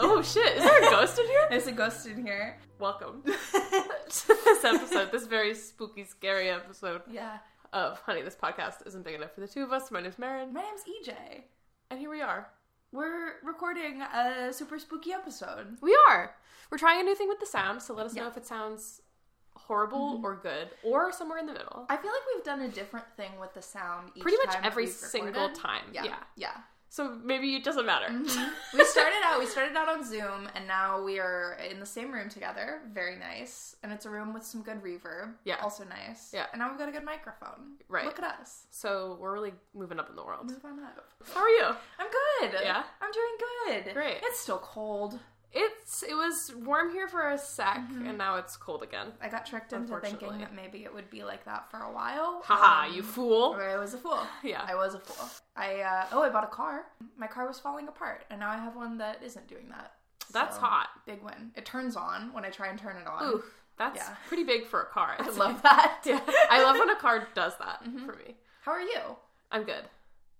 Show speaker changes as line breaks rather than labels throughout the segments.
Oh,
there's a ghost in here. Welcome
to this episode, this very spooky, scary episode
Yeah.
of Honey, this podcast isn't big enough for the two of us. My name's Marin,
My name's EJ.
and here we are.
We're recording a super spooky episode.
We are. We're trying a new thing with the sound, so let us know
Yeah.
if it sounds horrible or good or somewhere in the middle.
I feel like we've done a different thing with the sound each
Pretty much
time that
every
we've
single
recorded.
time. Yeah. Mm-hmm.
Yeah. Yeah.
So maybe it doesn't matter.
we started out we started out on Zoom and now we are in the same room together. Very nice. And it's a room with some good reverb.
Yeah.
Also nice.
Yeah.
And now we've got a good microphone.
Right.
Look at us.
So we're really moving up in the world.
Move on up.
How are you?
I'm good.
Yeah?
I'm doing good.
Great.
It's still cold.
It's it was warm here for a sec,
Mm-hmm.
and now it's cold again.
I got tricked into thinking
Unfortunately.
that maybe it would be like that for a while.
Haha,
Um,
you fool!
I was a fool.
Yeah.
I was a fool. I uh, oh, I bought a car. My car was falling apart, and now I have one that isn't doing that.
That's
So,
hot.
Big win. It turns on when I try and turn it on.
Ooh, that's
Yeah.
pretty big for a car.
I love that. Mm-hmm.
Yeah, I love when a car does that for me.
How are you?
I'm good.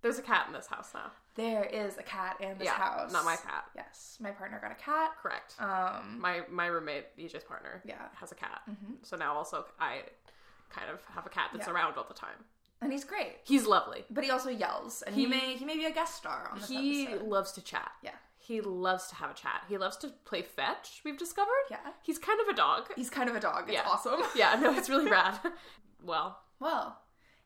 There's a cat in this house now.
There is a cat in this
yeah,
house.
not my cat.
Yes, my partner got a cat.
Correct.
Um,
my my roommate, EJ's partner,
Yeah. Mm-hmm.
has a cat. So now also I kind of have a cat that's
Yeah.
around all the time.
and he's great,
He's lovely.
but he also yells, and he, may he may be a guest star on this
He
episode.
loves to chat.
Yeah.
He loves to have a chat. He loves to play fetch. We've discovered.
Yeah.
He's kind of a dog.
He's kind of a dog. It's
Yeah.
awesome.
yeah. No, it's really rad. Well,
Well,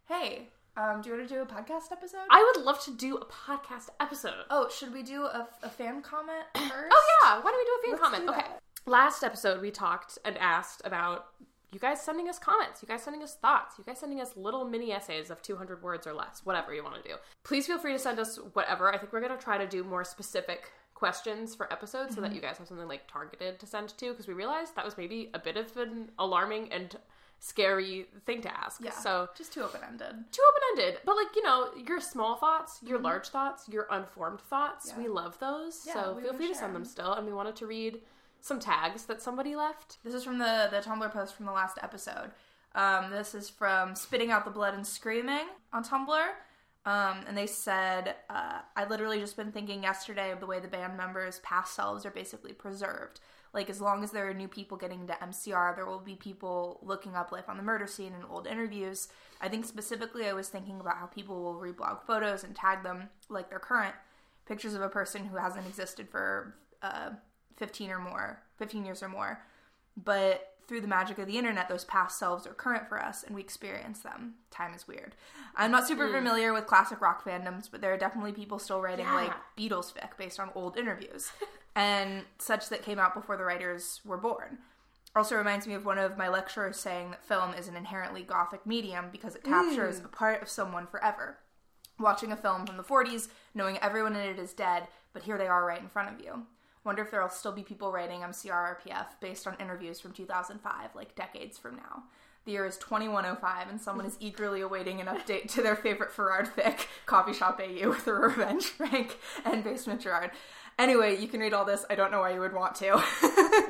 hey, um, do you want to do a podcast episode?
I would love to do a podcast episode.
oh, should we do a, a fan comment first?
Oh yeah, why don't we do a fan
Let's
comment?
do
Okay.
that.
Last episode we talked and asked about you guys sending us comments, you guys sending us thoughts, you guys sending us little mini essays of 200 words or less, whatever you want to do. Please feel free to send us whatever. I think we're going to try to do more specific questions for episodes so
Mm-hmm.
that you guys have something like targeted to send to because we realized that was maybe a bit of an alarming and scary thing to ask.
Yeah.
So
just too open ended.
too open ended, but like you know, your small thoughts, your large thoughts, your unformed thoughts,
Mm-hmm. Yeah.
we love those.
Yeah,
so
we
feel
wanna
free to
share
send them
them.
still. And we wanted to read some tags that somebody left.
This is from the the Tumblr post from the last episode. Um, this is from spitting out the blood and screaming on Tumblr. Um, and they said, uh, I literally just been thinking yesterday of the way the band members' past selves are basically preserved. Like, as long as there are new people getting into MCR, there will be people looking up life on the murder scene and old interviews. I think specifically, I was thinking about how people will reblog photos and tag them like they're current pictures of a person who hasn't existed for uh, 15 or more, 15 years or more but through the magic of the internet, those past selves are current for us and we experience them. Time is weird. I'm not super familiar with classic rock fandoms, but there are definitely people still writing
Yeah.
like Beatles fic based on old interviews and such that came out before the writers were born. Also reminds me of one of my lecturers saying that film is an inherently gothic medium because it captures a part of someone forever. Watching a film from the 40s, knowing everyone in it is dead, but here they are right in front of you. Wonder if there'll still be people writing MCR RPF based on interviews from 2005, like decades from now. The year is 2105, and someone is eagerly awaiting an update to their favorite Ferrard fic, Coffee Shop AU with a revenge Frank and Basement Gerard. Anyway, you can read all this. I don't know why you would want to.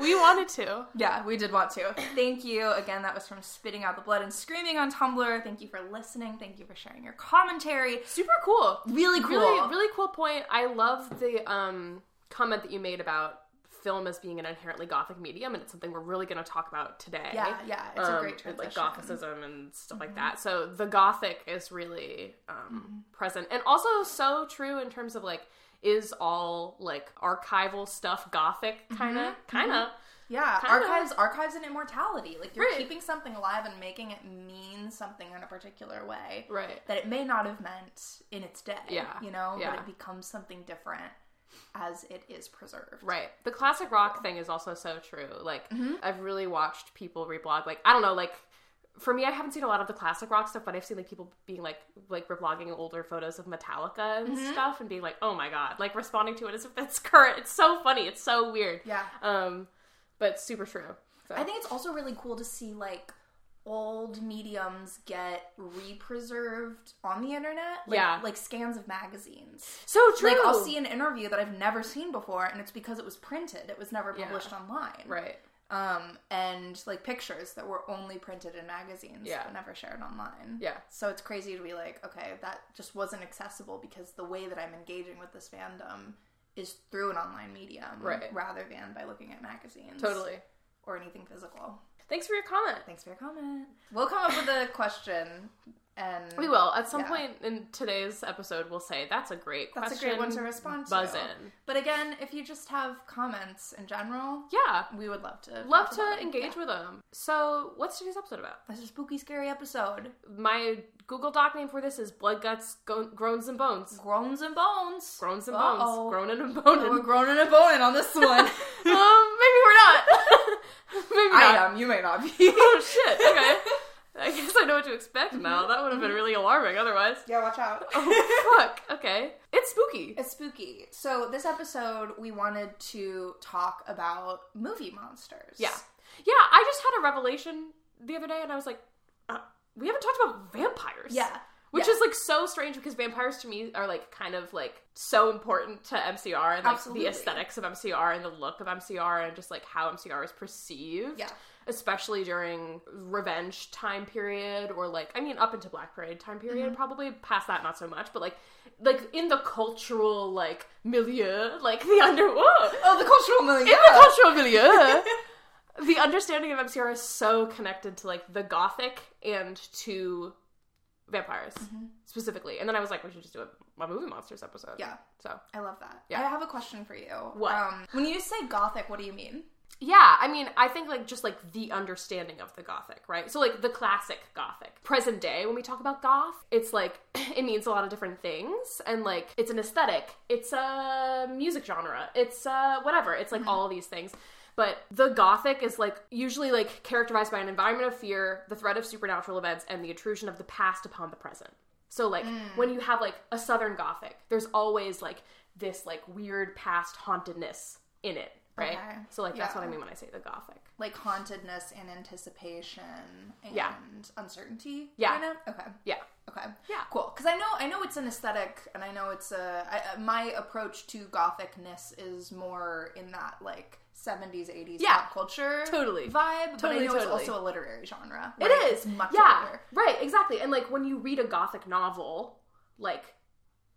We wanted to.
Yeah, we did want to. Thank you. Again, that was from Spitting Out the Blood and Screaming on Tumblr. Thank you for listening. Thank you for sharing your commentary.
Super cool.
Really cool.
Really, really cool point. I love the um, comment that you made about film as being an inherently gothic medium, and it's something we're really going to talk about today.
yeah, yeah. It's a
um,
great
and,
transition. Mm-hmm.
like gothicism and stuff like that. So the gothic is really um, present and also so true in terms of like is all like archival stuff gothic kind of
Mm-hmm.
kind of
Yeah,
Kinda.
archives, archives, and immortality. Like you're
Right.
keeping something alive and making it mean something in a particular way
right.
that it may not have meant in its day.
Yeah,
you know,
yeah.
but it becomes something different as it is preserved.
Right. The classic rock thing is also so true. Like
Mm-hmm.
I've really watched people reblog like I don't know like for me I haven't seen a lot of the classic rock stuff but I've seen like people being like like reblogging older photos of Metallica and
Mm-hmm.
stuff and being like oh my god like responding to it as if it's current. It's so funny. It's so weird.
Yeah.
Um but super true. So
I think it's also really cool to see like old mediums get re-preserved on the internet. Like,
Yeah.
like scans of magazines.
so true.
Like I'll see an interview that I've never seen before, and it's because it was printed. It was never
Yeah.
published online.
right.
Um, and like pictures that were only printed in magazines,
Yeah.
but never shared online.
Yeah.
So it's crazy to be like, okay, that just wasn't accessible because the way that I'm engaging with this fandom is through an online medium
Right.
rather than by looking at magazines
Totally.
or anything physical.
Thanks for your comment.
Thanks for your comment. We'll come up with a question and
We will at some
Yeah.
point in today's episode. We'll say that's a great
That's
question.
a great one to respond to.
Buzz in.
But again, if you just have comments in general,
Yeah,
we would love to
love
talk about
to
it.
engage
Yeah.
with them. So, what's today's episode about?
This is a spooky, scary episode.
My Google Doc name for this is Blood Guts, Go- Groans and Bones.
Groans and bones.
Groans and
Uh-oh.
Bones. Groaning and
Oh,
boning.
we're groaning and boning on this one.
um, maybe we're not. maybe
I
not.
am. You may not be.
Oh shit. Okay. I guess I know what to expect now. That would have been really alarming otherwise.
yeah, watch out.
Oh fuck. Okay. It's spooky.
It's spooky. So this episode, we wanted to talk about movie monsters.
Yeah. Yeah, I just had a revelation the other day and I was like, uh, we haven't talked about vampires.
Yeah.
Which
Yeah.
is like so strange because vampires to me are like kind of like so important to MCR and like
Absolutely.
the aesthetics of MCR and the look of MCR and just like how MCR is perceived.
Yeah.
Especially during revenge time period or like I mean up into Black Parade time period
Mm-hmm.
probably past that not so much but like like in the cultural like milieu like the under whoa
Oh, the cultural milieu.
in the cultural milieu, the understanding of MCR is so connected to like the gothic and to vampires specifically. And then I was like, we should just do a, a movie monsters episode.
Yeah.
So
I love that.
Yeah.
I have a question for you.
What?
Um, when you say gothic, what do you mean?
yeah, I mean, I think like just like the understanding of the gothic, right? So like the classic gothic. Present day when we talk about goth, it's like it means a lot of different things and like it's an aesthetic, it's a music genre, it's uh whatever, it's
Mm-hmm.
like all these things. But the gothic is like usually like characterized by an environment of fear, the threat of supernatural events and the intrusion of the past upon the present. So like
Mm.
when you have like a southern gothic, there's always like this like weird past hauntedness in it, right?
Okay.
So like that's
Yeah.
what I mean when I say the gothic.
Like hauntedness and anticipation and
Yeah.
uncertainty.
Yeah.
Kind of? Okay.
Yeah.
Okay.
Yeah.
Cool. Because I know I know it's an aesthetic, and I know it's a I, uh, my approach to gothicness is more in that like seventies, eighties
Yeah.
pop culture
Totally.
vibe. but I
Totally,
know
totally.
it's also a literary genre.
It
right?
is
It's much
yeah,
older.
right, exactly. And like when you read a gothic novel, like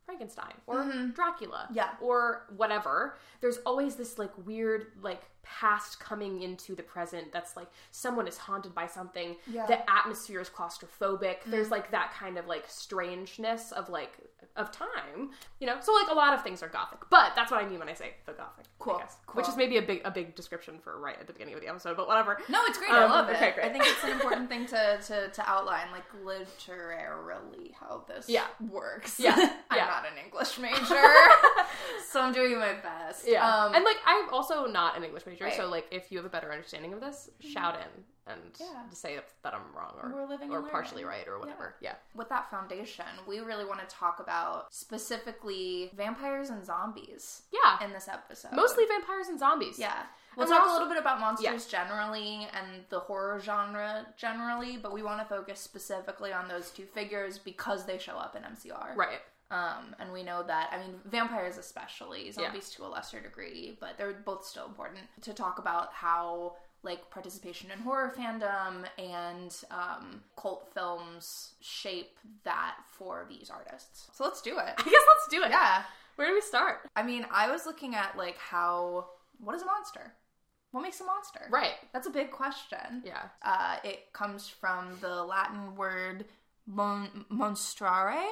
Frankenstein or Dracula,
Mm-hmm. Yeah.
or whatever, there's always this like weird like past coming into the present. That's like someone is haunted by something.
Yeah. Mm-hmm.
The atmosphere is claustrophobic. There's like that kind of like strangeness of like of time, you know. So like a lot of things are gothic, but that's what I mean when I say the gothic. I
Cool,
guess.
cool.
Which is maybe a big a big description for right at the beginning of the episode, but whatever.
No, it's great. I
Um,
love it.
okay, great.
I think it's an important thing to, to, to outline, like literarily how this
Yeah.
works.
Yeah,
I'm
yeah.
not an English major, so I'm doing my best.
Yeah.
Um,
and like I'm also not an English major,
Right.
so like if you have a better understanding of this, shout in and
Yeah.
say that I'm wrong or
We're living
or
and
partially
learning.
right or whatever. Yeah.
with that foundation, we really want to talk about specifically vampires and zombies
Yeah.
in this episode.
Mostly vampires and zombies.
Yeah. We'll
And we're
talk a
also-
little bit about monsters generally and the horror genre generally, but we want to focus specifically on those two figures because they show up in MCR.
Right.
Um, and we know that, I mean, vampires especially, zombies to a lesser degree, but they're both still important to talk about how, like, participation in horror fandom and um, cult films shape that for these artists. So let's do it.
I guess let's do it.
yeah.
Where do we start?
I mean, I was looking at, like, how. What is a monster? What makes a monster?
Right.
That's a big question.
Yeah.
Uh, it comes from the Latin word mon- monstrare.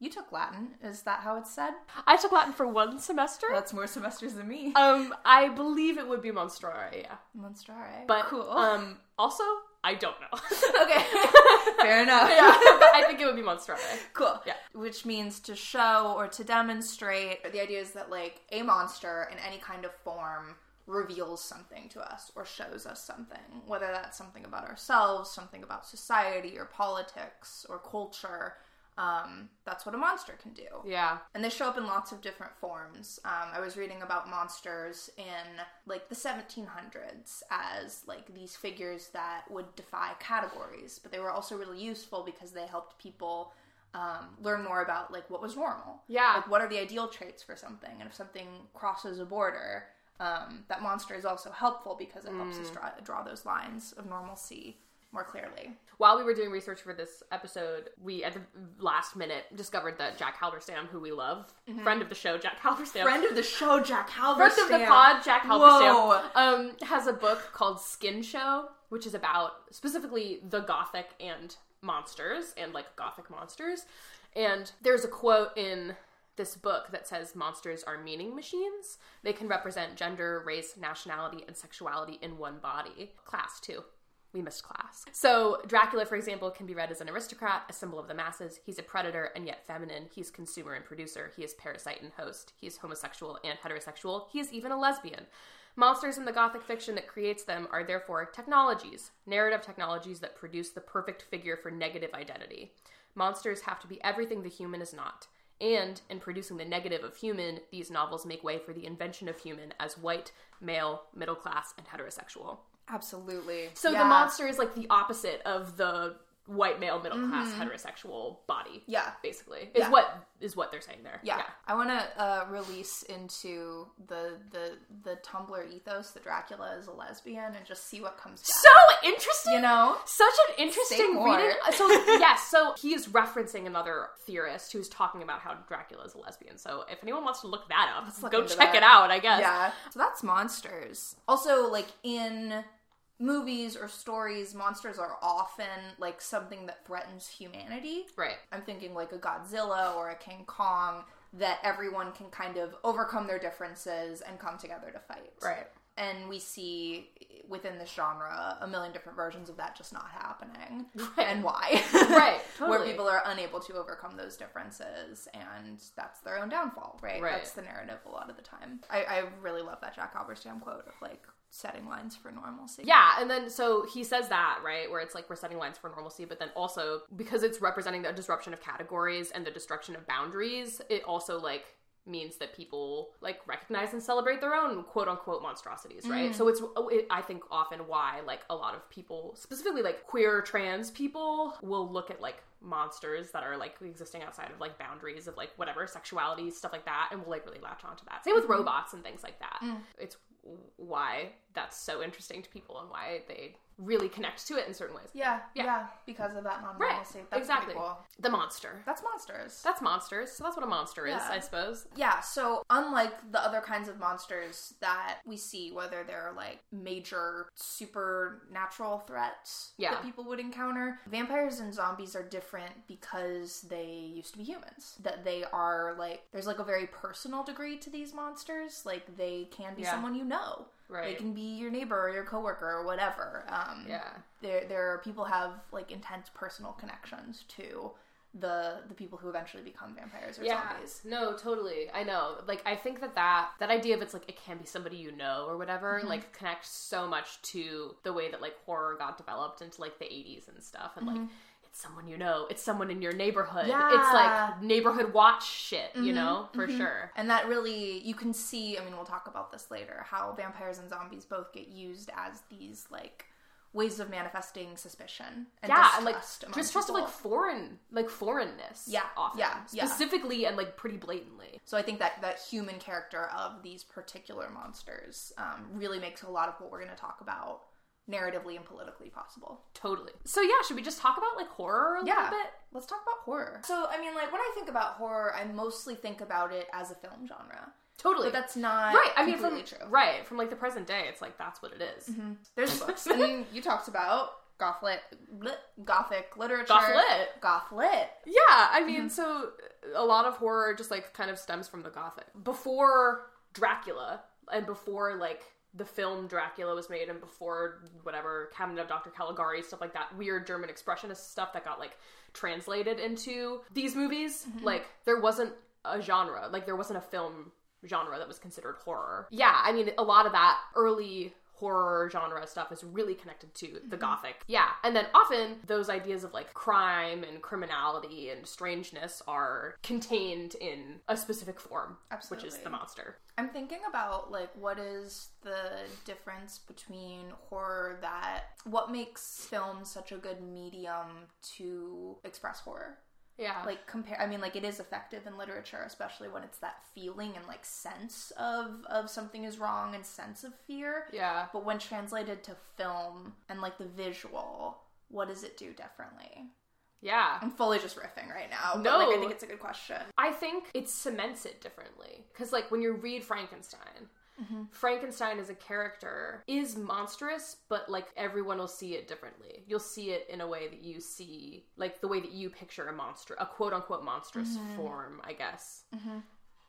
You took Latin. Is that how it's said?
I took Latin for one semester.
That's more semesters than me.
Um I believe it would be monstrare, yeah.
monstrare.
But
cool.
um also I don't know.
okay. Fair enough.
yeah, but I think it would be monstrare.
Cool.
Yeah.
Which means to show or to demonstrate. The idea is that like a monster in any kind of form reveals something to us or shows us something, whether that's something about ourselves, something about society or politics or culture. Um, that's what a monster can do.
Yeah.
and they show up in lots of different forms. Um, I was reading about monsters in like the 1700s as like these figures that would defy categories, but they were also really useful because they helped people um, learn more about like what was normal.
Yeah.
like what are the ideal traits for something, and if something crosses a border.
Mm.
Um, that monster is also helpful because it helps us draw, draw those lines of normalcy. more clearly.
While we were doing research for this episode, we at the last minute discovered that Jack Halberstam, who we love, friend of the show, Jack Halberstam,
Mm-hmm. Friend of the show, Jack Halberstam.
Friend of the pod, Jack
Whoa.
Halberstam, um, has a book called Skin Show, which is about specifically the gothic and monsters and like gothic monsters. And there's a quote in this book that says monsters are meaning machines. They can represent gender, race, nationality, and sexuality in one body. Class, too. We missed class. So, Dracula, for example, can be read as an aristocrat, a symbol of the masses. He's a predator and yet feminine. He's consumer and producer. He is parasite and host. He is homosexual and heterosexual. He is even a lesbian. Monsters in the gothic fiction that creates them are therefore technologies, narrative technologies that produce the perfect figure for negative identity. Monsters have to be everything the human is not. And in producing the negative of human, these novels make way for the invention of human as white, male, middle class, and heterosexual.
Absolutely.
So the
Yeah.
monster is like the opposite of the white male middle class heterosexual body.
Mm-hmm. Yeah.
Basically. Is
Yeah.
what is what they're saying there.
Yeah. I want to uh, release into the the the Tumblr ethos that Dracula is a lesbian and just see what comes back.
So interesting.
you know?
Such an interesting
more.
reading. Uh, So yes, so he is referencing another theorist who's talking about how Dracula is a lesbian. So if anyone wants to look that up,
look
go
into
check
that.
it out. I guess.
Yeah. So that's monsters. Also, like in movies or stories, monsters are often like something that threatens humanity.
Right.
I'm thinking like a Godzilla or a King Kong that everyone can kind of overcome their differences and come together to fight. And we see within this genre a million different versions of that just not happening and why.
Right.
Where
totally.
people are unable to overcome those differences and that's their own downfall, right?
Right.
That's the narrative a lot of the time. I, I really love that Jack Halberstam quote of like setting lines for normalcy.
Yeah, and then so he says that, right? Where it's like we're setting lines for normalcy, but then also because it's representing the disruption of categories and the destruction of boundaries, it also like means that people like recognize and celebrate their own quote unquote monstrosities, right? So it's oh, it, I think often why like a lot of people, specifically like queer trans people, will look at like monsters that are like existing outside of like boundaries of like whatever sexuality stuff like that and will like really latch onto that same with robots and things like that it's w- why that's so interesting to people and why they really connect to it in certain ways
Yeah.
Yeah.
Yeah. because of that non
Right,
normalcy. That's
exactly.
pretty cool.
the monster
That's monsters.
that's monsters so that's what a monster is
Yeah.
i suppose
Yeah, so unlike the other kinds of monsters that we see, whether they're like major supernatural threats
Yeah.
that people would encounter, vampires and zombies are different because they used to be humans. That they are like, there's like a very personal degree to these monsters. Like, they can be
Yeah.
someone you know. They
Right.
can be your neighbor or your coworker or whatever. Um,
yeah
there there are people have like intense personal connections to the the people who eventually become vampires or
yeah
zombies.
no totally i know like i think that that that idea of it's like it can be somebody you know or whatever
Mm-hmm.
like connects so much to the way that like horror got developed into like the 80s and stuff and
Mm-hmm.
like it's someone you know it's someone in your neighborhood it's
Yeah. Mm-hmm.
like neighborhood watch shit you know for sure
And that really, you can see, I mean, we'll talk about this later, how vampires and zombies both get used as these, like, ways of manifesting suspicion and
yeah,
distrust.
and like
among
distrust of
people.
like foreign, like foreignness.
Yeah,
often,
yeah, yeah.
specifically and like pretty blatantly.
So I think that that human character of these particular monsters um, really makes a lot of what we're going to talk about narratively and politically possible.
Totally. So yeah, should we just talk about like horror a
Yeah.
little bit?
Let's talk about horror. So, I mean, like, when I think about horror, I mostly think about it as a film genre.
Totally.
But that's not
right. I mean, from
completely true. Mm-hmm.
right from like the present day, it's like that's what it is.
There's books. I mean, you talked about gothlit, lit, gothic literature.
Gothlit.
Gothlit.
Yeah, I mean, so a lot of horror just like kind of stems from the gothic. Before Dracula and before like the film Dracula was made and before whatever Cabinet of Dr. Caligari stuff like that weird German expressionist stuff that got like translated into these movies, like there wasn't a genre, like there wasn't a film genre that was considered horror. Yeah, I mean, a lot of that early horror genre stuff is really connected to the
Mm-hmm.
gothic. Yeah, and then often those ideas of like crime and criminality and strangeness are contained in a specific form, which is
Absolutely.
the monster.
I'm thinking about like what is the difference between horror that what makes film such a good medium to express horror?
Yeah.
Like compare I mean like it is effective in literature especially when it's that feeling and like sense of of something is wrong and sense of fear.
yeah.
But when translated to film and like the visual what does it do differently?
Yeah.
I'm fully just riffing right now.
No.
But like I think it's a good question.
I think it cements it differently. Because, like, when you read Frankenstein,
Mm-hmm.
Frankenstein as a character is monstrous, but like everyone will see it differently. You'll see it in a way that you see, like the way that you picture a monster, a quote unquote monstrous
Mm-hmm.
form, I guess.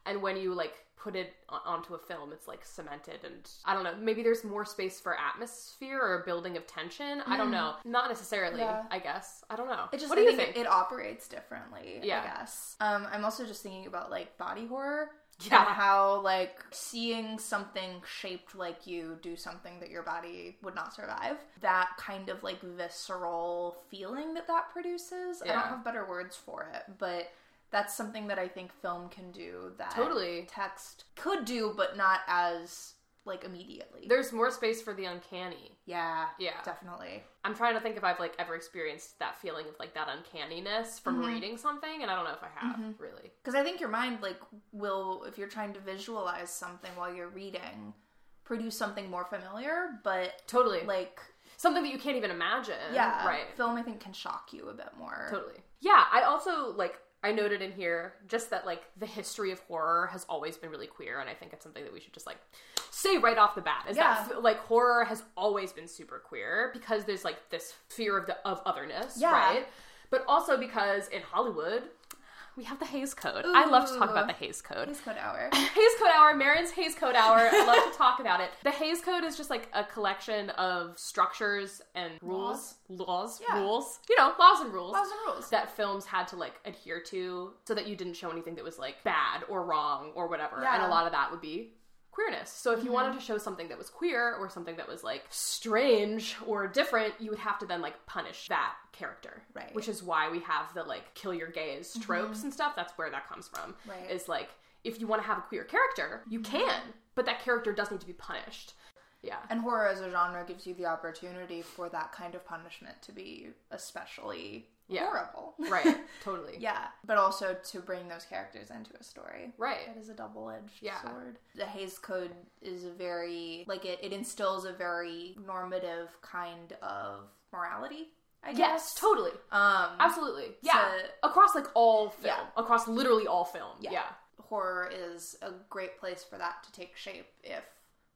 And when you like put it o- onto a film, it's like cemented, and I don't know. Maybe there's more space for atmosphere or building of tension. I don't know. Not necessarily.
Mm-hmm. Yeah.
I guess I don't know.
It just
what do
I
you
think
think?
It, it operates differently,
Yeah.
I guess. Um, I'm also just thinking about like body horror.
Yeah.
And how like seeing something shaped like you do something that your body would not survive. That kind of like visceral feeling that that produces. I
Yeah.
don't have better words for it, but that's something that I think film can do that
Totally.
text could do, but not as like immediately.
There's more space for the uncanny.
yeah,
Yeah.
definitely.
I'm trying to think if I've like ever experienced that feeling of like that uncanniness from
Mm-hmm.
reading something, and I don't know if I have really.
because i think your mind like will if you're trying to visualize something while you're reading produce something more familiar but
Totally, like
like
something that you can't even imagine.
yeah
right.
film i think can shock you a bit more
Totally. Yeah, I also like I noted in here just that like the history of horror has always been really queer, and I think it's something that we should just like say right off the bat is
Yeah.
that like horror has always been super queer because there's like this fear of the of otherness,
Yeah.
right? But also because in Hollywood. We have the Hayes Code. I love to talk
Ooh.
about the Hayes Code.
Please code hour
Hayes Code Hour, Marin's Hayes Code Hour. I love to talk about it. The Hayes Code is just like a collection of structures and rules, laws,
Yeah.
rules, you know, laws and rules.
Laws and rules.
That films had to like adhere to so that you didn't show anything that was like bad or wrong or whatever. And a
Yeah.
lot of that would be queerness. So if you wanted to show something that was queer or something that was like strange or different, you would have to then like punish that character.
Right. Mm-hmm.
Which is why we have the like kill your gays tropes and stuff. That's where that comes from.
Right. Mm-hmm.
Is like if you want to have a queer character, you can, but that character does need to be punished. Yeah.
and horror as a genre gives you the opportunity for that kind of punishment to be especially
Yeah.
horrible
right. Totally.
yeah but also to bring those characters into a story
Right.
It is a double-edged
Yeah.
sword. The Hayes Code is a very like it, it instills a very normative kind of morality. I
Yes,
guess.
totally.
Um,
Absolutely. Yeah.
So-
across like all film.
Yeah.
Across literally all film. Yeah.
Yeah. horror is a great place for that to take shape if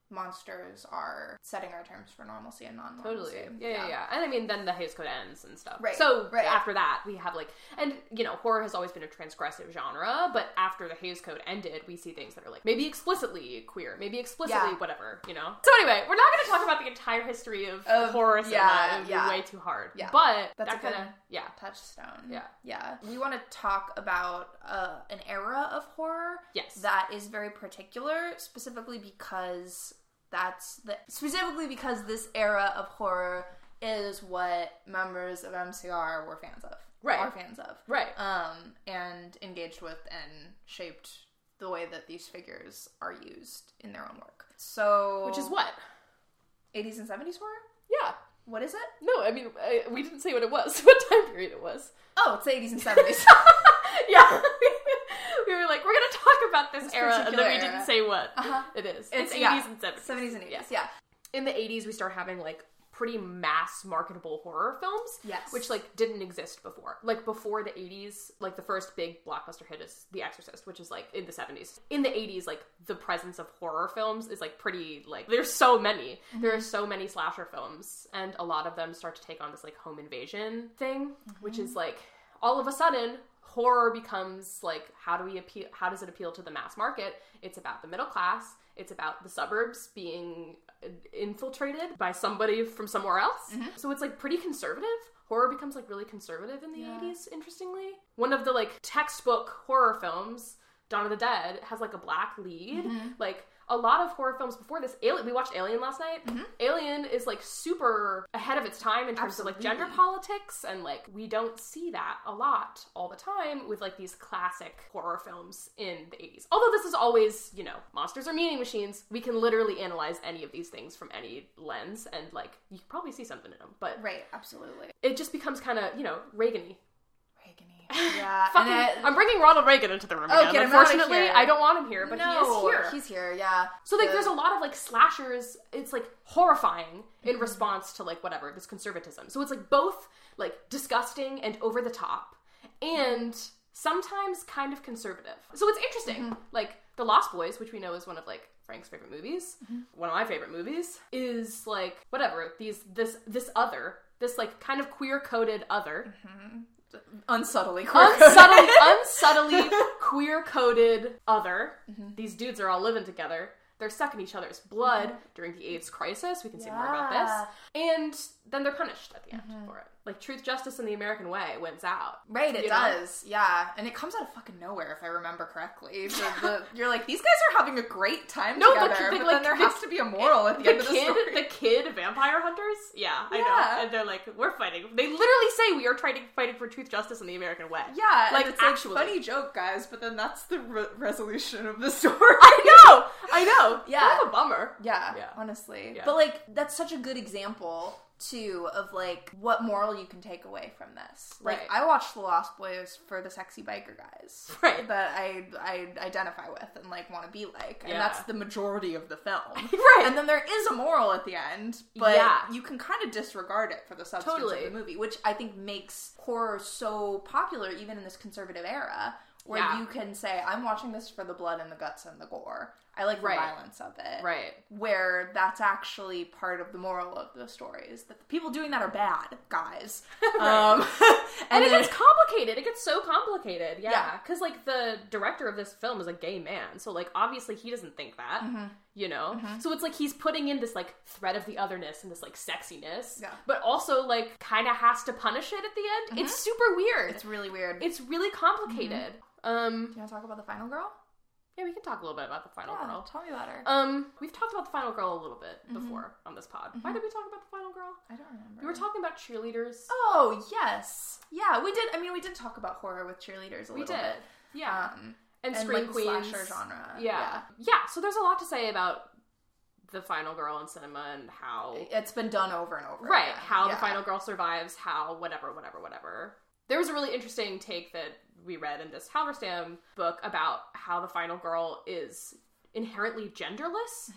monsters are setting our terms for normalcy and non-normalcy.
Totally. Yeah, yeah, yeah, And I mean, then the Hayes Code ends and stuff.
Right,
So
right.
after that, we have like, and you know, horror has always been a transgressive genre, but after the Hayes Code ended, we see things that are like maybe explicitly queer, maybe explicitly
Yeah.
whatever, you know. So anyway, we're not going to talk about the entire history of,
Of-
horror cinema.
yeah,
it would
yeah.
be way too hard.
Yeah.
But
That's
that
a
kind
good-
of yeah.
Touchstone.
Yeah.
Yeah. We want to talk about uh, an era of horror
Yes.
that is very particular, specifically because that's the specifically because this era of horror is what members of MCR were fans of.
Right.
Are fans of.
Right.
Um, and engaged with and shaped the way that these figures are used in their own work. So
Which is what?
80s and 70s horror?
Yeah.
What is it?
No, I mean, I, we didn't say what it was, what time period it was.
Oh, it's the 80s and 70s.
yeah. we were like, we're going to talk about this, era, and then
particular
we didn't
era.
say what
Uh-huh.
it is. It's,
It's-
80s
yeah.
and 70s.
70s and 80s.
Yeah.
yeah.
In the 80s, we start having like pretty mass marketable horror films.
Yes.
Which like didn't exist before. Like before the 80s, like the first big blockbuster hit is The Exorcist, which is like in the 70s. In the 80s, like the presence of horror films is like pretty, like, there's so many.
Mm-hmm.
There are so many slasher films, and a lot of them start to take on this like home invasion thing,
Mm-hmm.
which is like all of a sudden horror becomes like how do we appeal how does it appeal to the mass market it's about the middle class it's about the suburbs being uh, infiltrated by somebody from somewhere else
Mm-hmm.
so it's like pretty conservative horror becomes like really conservative in the
Yeah.
80s interestingly one of the like textbook horror films dawn of the dead has like a black lead
Mm-hmm.
like a lot of horror films before this alien we watched alien last night
Mm-hmm.
alien is like super ahead of its time in terms of like
Absolutely.
gender politics and like we don't see that a lot all the time with like these classic horror films in the 80s although this is always you know monsters are meaning machines we can literally analyze any of these things from any lens and like you can probably see something in them but
Right, absolutely.
it just becomes kind of you know reagan
Reagan-y. Yeah.
Fucking,
and it,
I'm bringing Ronald Reagan into the room
Oh,
again.
get him outta
Unfortunately,
here.
I don't want him here, but
no,
he is here.
He's here. Yeah.
so like,
The-
there's a lot of like slashers. It's like horrifying in response to like whatever this conservatism. So it's like both like disgusting and over the top, and sometimes kind of conservative. So it's interesting. Like the Lost Boys, which we know is one of like Frank's favorite movies, one of my favorite movies, is like whatever these this this other this like kind of queer coded other
unsubtly.
unsubtly, unsubtly queer coded other.
Mm-hmm.
These dudes are all living together. They're sucking each other's blood during the AIDS crisis. We can see more about
Mm-hmm. Yeah. Mm-hmm.
this. And then they're punished at the end for it. Like Truth, Justice, and the American Way wins out.
Right, it
you know?
does. Yeah. And it comes out of fucking nowhere, if I remember correctly. So the, you're like, these guys are having a great time
No, but
together,
the-
but,
like,
then there
the-
has to be a moral at the,
The
end of the
kid,
story.
the kid vampire hunters. Yeah, I
Yeah.
know. And they're like, we're fighting. They literally say we are trying to fighting for truth, justice, and the American way.
yeah,
like,
like it's
actually.
like funny joke, guys, but then that's the re- resolution of the story.
I know. I know.
Yeah.
kind of a bummer.
Yeah,
Yeah.
honestly.
Yeah.
But like that's such a good example too of like what moral you can take away from this. Like
Right.
I watched The Lost Boys for the sexy biker guys
Right.
that I I identify with and like want to be like, and
Yeah.
that's the majority of the film.
Right.
And then there is a moral at the end, but
Yeah.
you can kind of disregard it for the substance
Totally.
of the movie, which I think makes horror so popular even in this conservative era. Where
Yeah.
you can say, I'm watching this for the blood and the guts and the gore. I like
Right.
the violence of it
Right.
where that's actually part of the moral of the story is that the people doing that are bad guys. um,
and
and
it
then,
gets complicated. It gets so complicated. Yeah,
Yeah.
because like the director of this film is a gay man, so like obviously he doesn't think that.
Mm-hmm.
You know, so it's like he's putting in this like threat of the otherness and this like sexiness,
Yeah.
but also like kind of has to punish it at the end. It's super weird.
Mm-hmm. it's
It's,
really weird. Mm-hmm.
really complicated. Um,
Do you want to talk about the final girl?
yeah, we can talk a little bit about the final
Yeah, Mm-hmm.
girl.
tell me about her.
Um, we've talked about the final girl a little bit before on this pod.
Mm-hmm.
Why did we talk about the final girl?
I don't remember.
We were talking about cheerleaders.
Mm-hmm. Oh yes, yeah, we did. I mean, we did talk about horror with cheerleaders a
we
little
did.
bit.
Yeah.
Um,
and,
and,
scream
like,
queens
slasher genre.
Yeah. yeah, So there's a lot to say about the final girl in cinema and how
it's been done over and over.
right
again.
how the
Yeah.
final girl survives, how whatever, whatever, whatever. There was a really interesting take that we read in this Halberstam book about how the final girl is inherently genderless.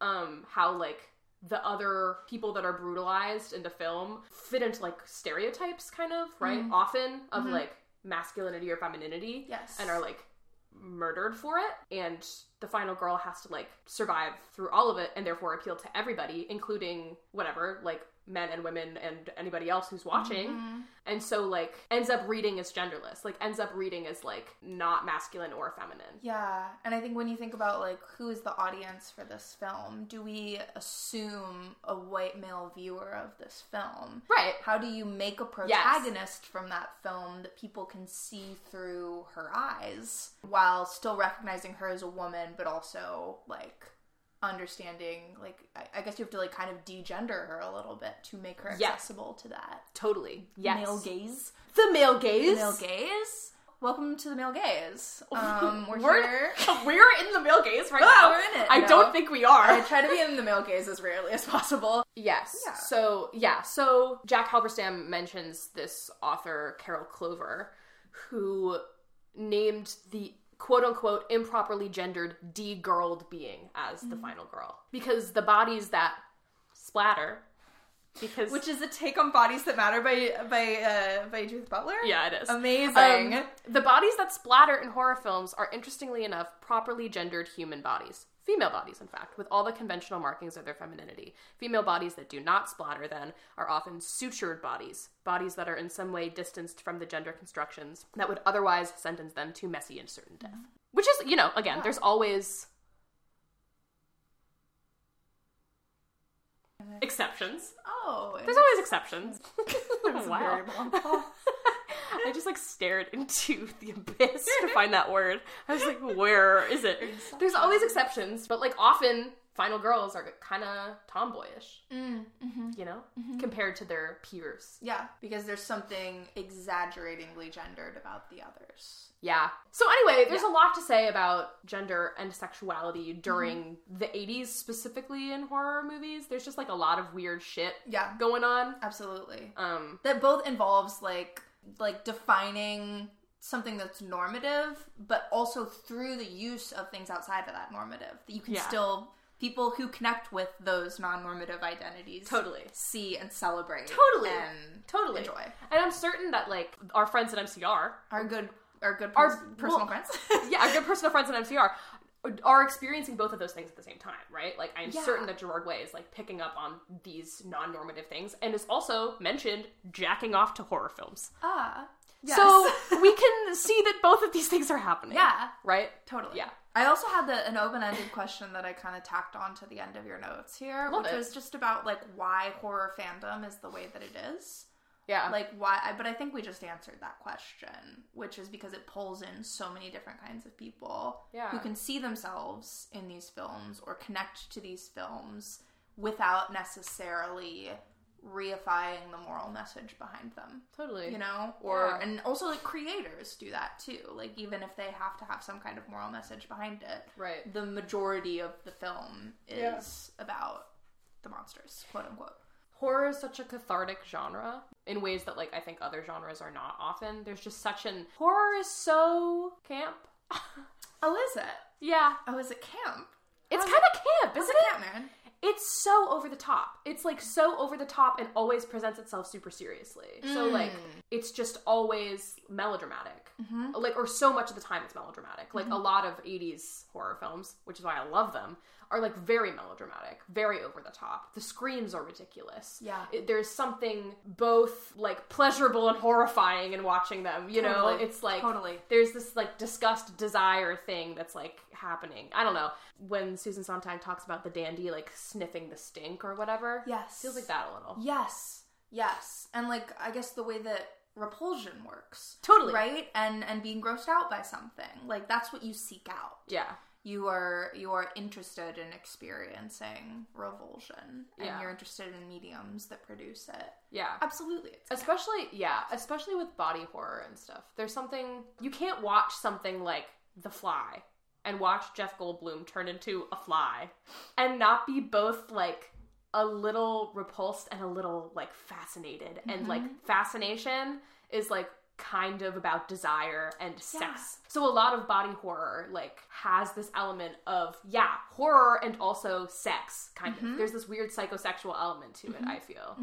Um, how like the other people that are brutalized in the film fit into like stereotypes, kind of right, often of like masculinity or femininity
Yes.
and are like murdered for it and the final girl has to like survive through all of it and therefore appeal to everybody including whatever like men and women and anybody else who's watching
Mhm.
and so like ends up reading as genderless like ends up reading as like not masculine or feminine
Yeah, and I think when you think about like who is the audience for this film, do we assume a white male viewer of this film?
right
How do you make a protagonist from that film that people can see through her eyes while still recognizing her as a woman, but also like understanding like I, I guess you have to like kind of degender her a little bit to make her
Yes.
accessible to that
totally yes
male gaze.
the male gaze
Male gaze. Welcome to the male gaze. Um, we're,
we're,
here.
we're in the male gaze right
Oh,
now
we're in it.
i
No.
don't think we are
I try to be in the male gaze as rarely as possible.
Yes.
Yeah.
So yeah. So Jack Halberstam mentions this author Carol Clover, who named the quote unquote improperly gendered de-girled being as
Mm-hmm.
the final girl because the bodies that splatter because
Which is a take on bodies that matter by by uh, by Judith Butler.
yeah it is
amazing.
Um, the bodies that splatter in horror films are interestingly enough properly gendered human bodies. Female bodies, in fact, with all the conventional markings of their femininity. Female bodies that do not splatter, then, are often sutured bodies, bodies that are in some way distanced from the gender constructions that would otherwise sentence them to messy and certain death. Which is, you know, again,
Mm-hmm. Yeah.
there's always exceptions.
oh,
There's always exceptions. wow.
wow.
I just like stared into the abyss to find that word. I was like, where is it? There's always exceptions, but like often final girls are kind of tomboyish, you know, compared to their peers.
Yeah, because there's something exaggeratingly gendered about the others.
Yeah. So anyway, there's a lot to say about gender and sexuality during the 80s specifically in horror movies. There's just like a lot of weird shit
Yeah,
going on.
absolutely.
Um
That both involves like like defining something that's normative, but also through the use of things outside of that normative that you can
Yeah.
still people who connect with those non-normative identities
Totally.
see and celebrate
Totally.
and
Totally.
enjoy
And I'm certain that like our friends at MCR,
our good our good
Our-
pers- personal
well-
friends.
yeah, our good personal friends at MCR are experiencing both of those things at the same time, right? Like I'm
Yeah.
certain that Gerard Way is like picking up on these non-normative things and is also mentioned jacking off to horror films.
ah, yes.
So we can see that both of these things are happening.
yeah,
Right?
Totally.
Yeah.
I also had the, an open-ended question that I kind of tacked on to the end of your notes here,
Love
which
it.
was just about like why horror fandom is the way that it is.
Yeah.
Like why? I- But I think we just answered that question, which is because it pulls in so many different kinds of people
Yeah.
who can see themselves in these films or connect to these films without necessarily reifying the moral message behind them
totally.
you know or
Yeah.
and also like creators do that too like even if they have to have some kind of moral message behind it
Right.
the majority of the film
Yeah.
is about the monsters quote unquote
horror is such a cathartic genre in ways that like I think other genres are not often. There's just such an horror is so camp.
oh is it
yeah.
oh is it camp
It's kind of camp,
is
isn't
it
it?
camp man
It's so over the top. It's like so over the top and always presents itself super seriously. So
Mm.
like it's just always melodramatic.
Mm-hmm.
Like or so much of the time it's melodramatic. Like a lot of 80s horror films, which is why I love them, are like very melodramatic, very over the top. The screams are ridiculous.
Yeah.
It- there's something both like pleasurable and horrifying in watching them, you know?
Totally.
It's like
Totally.
there's this like disgust desire thing that's like happening. I don't know. When Susan Sontag talks about the dandy like sniffing the stink or whatever.
Yes.
Feels like that a little.
yes yes and like i guess the way that repulsion works
Totally.
right and and being grossed out by something like that's what you seek out
Yeah.
you are you are interested in experiencing revulsion and
Yeah.
you're interested in mediums that produce it
Yeah.
absolutely it's
Especially yeah, especially with body horror and stuff. There's something you can't watch something like The Fly and watch Jeff Goldblum turn into a fly and not be both like a little repulsed and a little like fascinated and like
Mm-hmm.
fascination is like kind of about desire and sex. So a lot of body horror like has this element of yeah, horror and also sex kind of.
Mm-hmm.
There's this weird psychosexual element to it, I feel.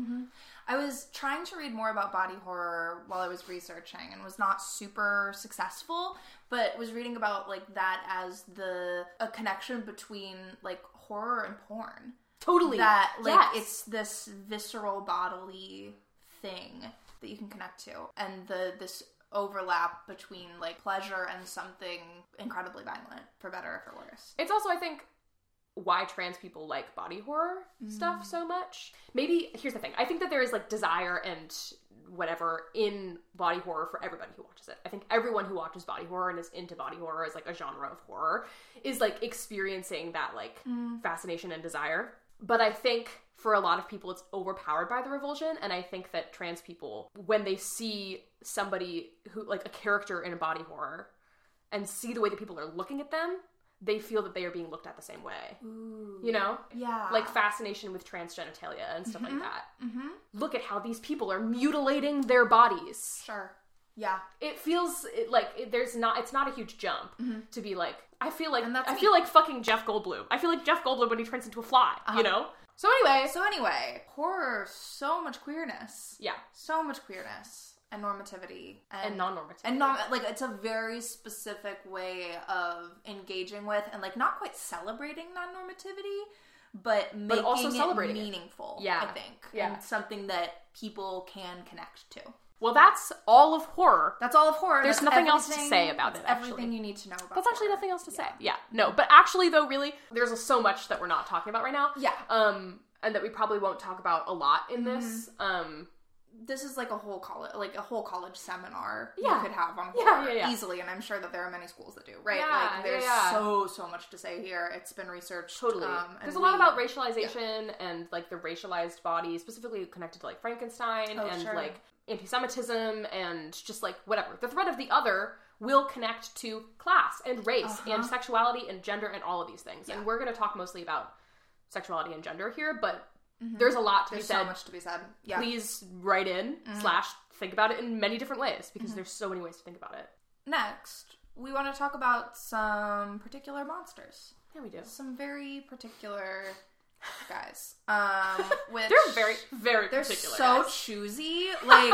I was trying to read more about body horror while I was researching and was not super successful, but was reading about like that as the a connection between like horror and porn.
Totally.
That like
Yes.
it's this visceral bodily thing that you can connect to and the this overlap between like pleasure and something incredibly violent for better or for worse.
It's also, I think, why trans people like body horror stuff so much. Maybe here's the thing: I think that there is like desire and whatever in body horror for everybody who watches it. I think everyone who watches body horror and is into body horror as like a genre of horror is like experiencing that like fascination and desire. But I think for a lot of people it's overpowered by the revulsion and I think that trans people when they see somebody who like a character in a body horror and see the way that people are looking at them, they feel that they are being looked at the same way. You know?
Yeah.
Like fascination with trans genitalia and stuff like that.
Mhm.
Look at how these people are mutilating their bodies.
Sure. Yeah.
It feels it, like it, there's not. It's not a huge jump to be like. I feel like
Mm-hmm. And that's
I
me.
feel like fucking Jeff Goldblum. I feel like Jeff Goldblum when he turns into a fly.
Uh-huh.
You know. So anyway,
So anyway, horror so much queerness.
yeah,
So much queerness and normativity and,
and non-normative
and not like it's a very specific way of engaging with and like not quite celebrating non-normativity but making
also
it
celebrating it.
meaningful
Yeah.
i think
Yeah.
and something that people can connect to
Well, that's all of horror.
that's all of horror
There's
That's
nothing else to
everything-
say about
that's
it, actually.
everything you need to know about
That's actually
horror.
nothing else to say. Yeah, no, but actually, though, really, there's so much that we're not talking about right now.
Yeah. Mm-hmm.
um, and that we probably won't talk about a lot in this. Um,
this is like a whole college like a whole college seminar
Yeah.
you could have on
Yeah,
horror
yeah, yeah.
easily and i'm sure that there are many schools that do right
Yeah, yeah,
like there's
yeah.
so so much to say here it's been researched
totally.
um, and
there's a lot
we-
about racialization and like the racialized body, specifically connected to like Frankenstein
Oh,
and
sure.
like anti-Semitism and just like whatever. The threat of the other will connect to class and race
Uh-huh.
and sexuality and gender and all of these things. And we're going to talk mostly about sexuality and gender here, but there's a lot to
Mm-hmm. there's
be
so
said
much to be said yeah Mm-hmm.
please write in slash think about it in many different ways because there's so many ways to think about it.
Next, we want to talk about some particular monsters.
Yeah, we do.
Some very particular guys. Um, which
They're very, very
they're
particular.
so
guys.
choosy. Like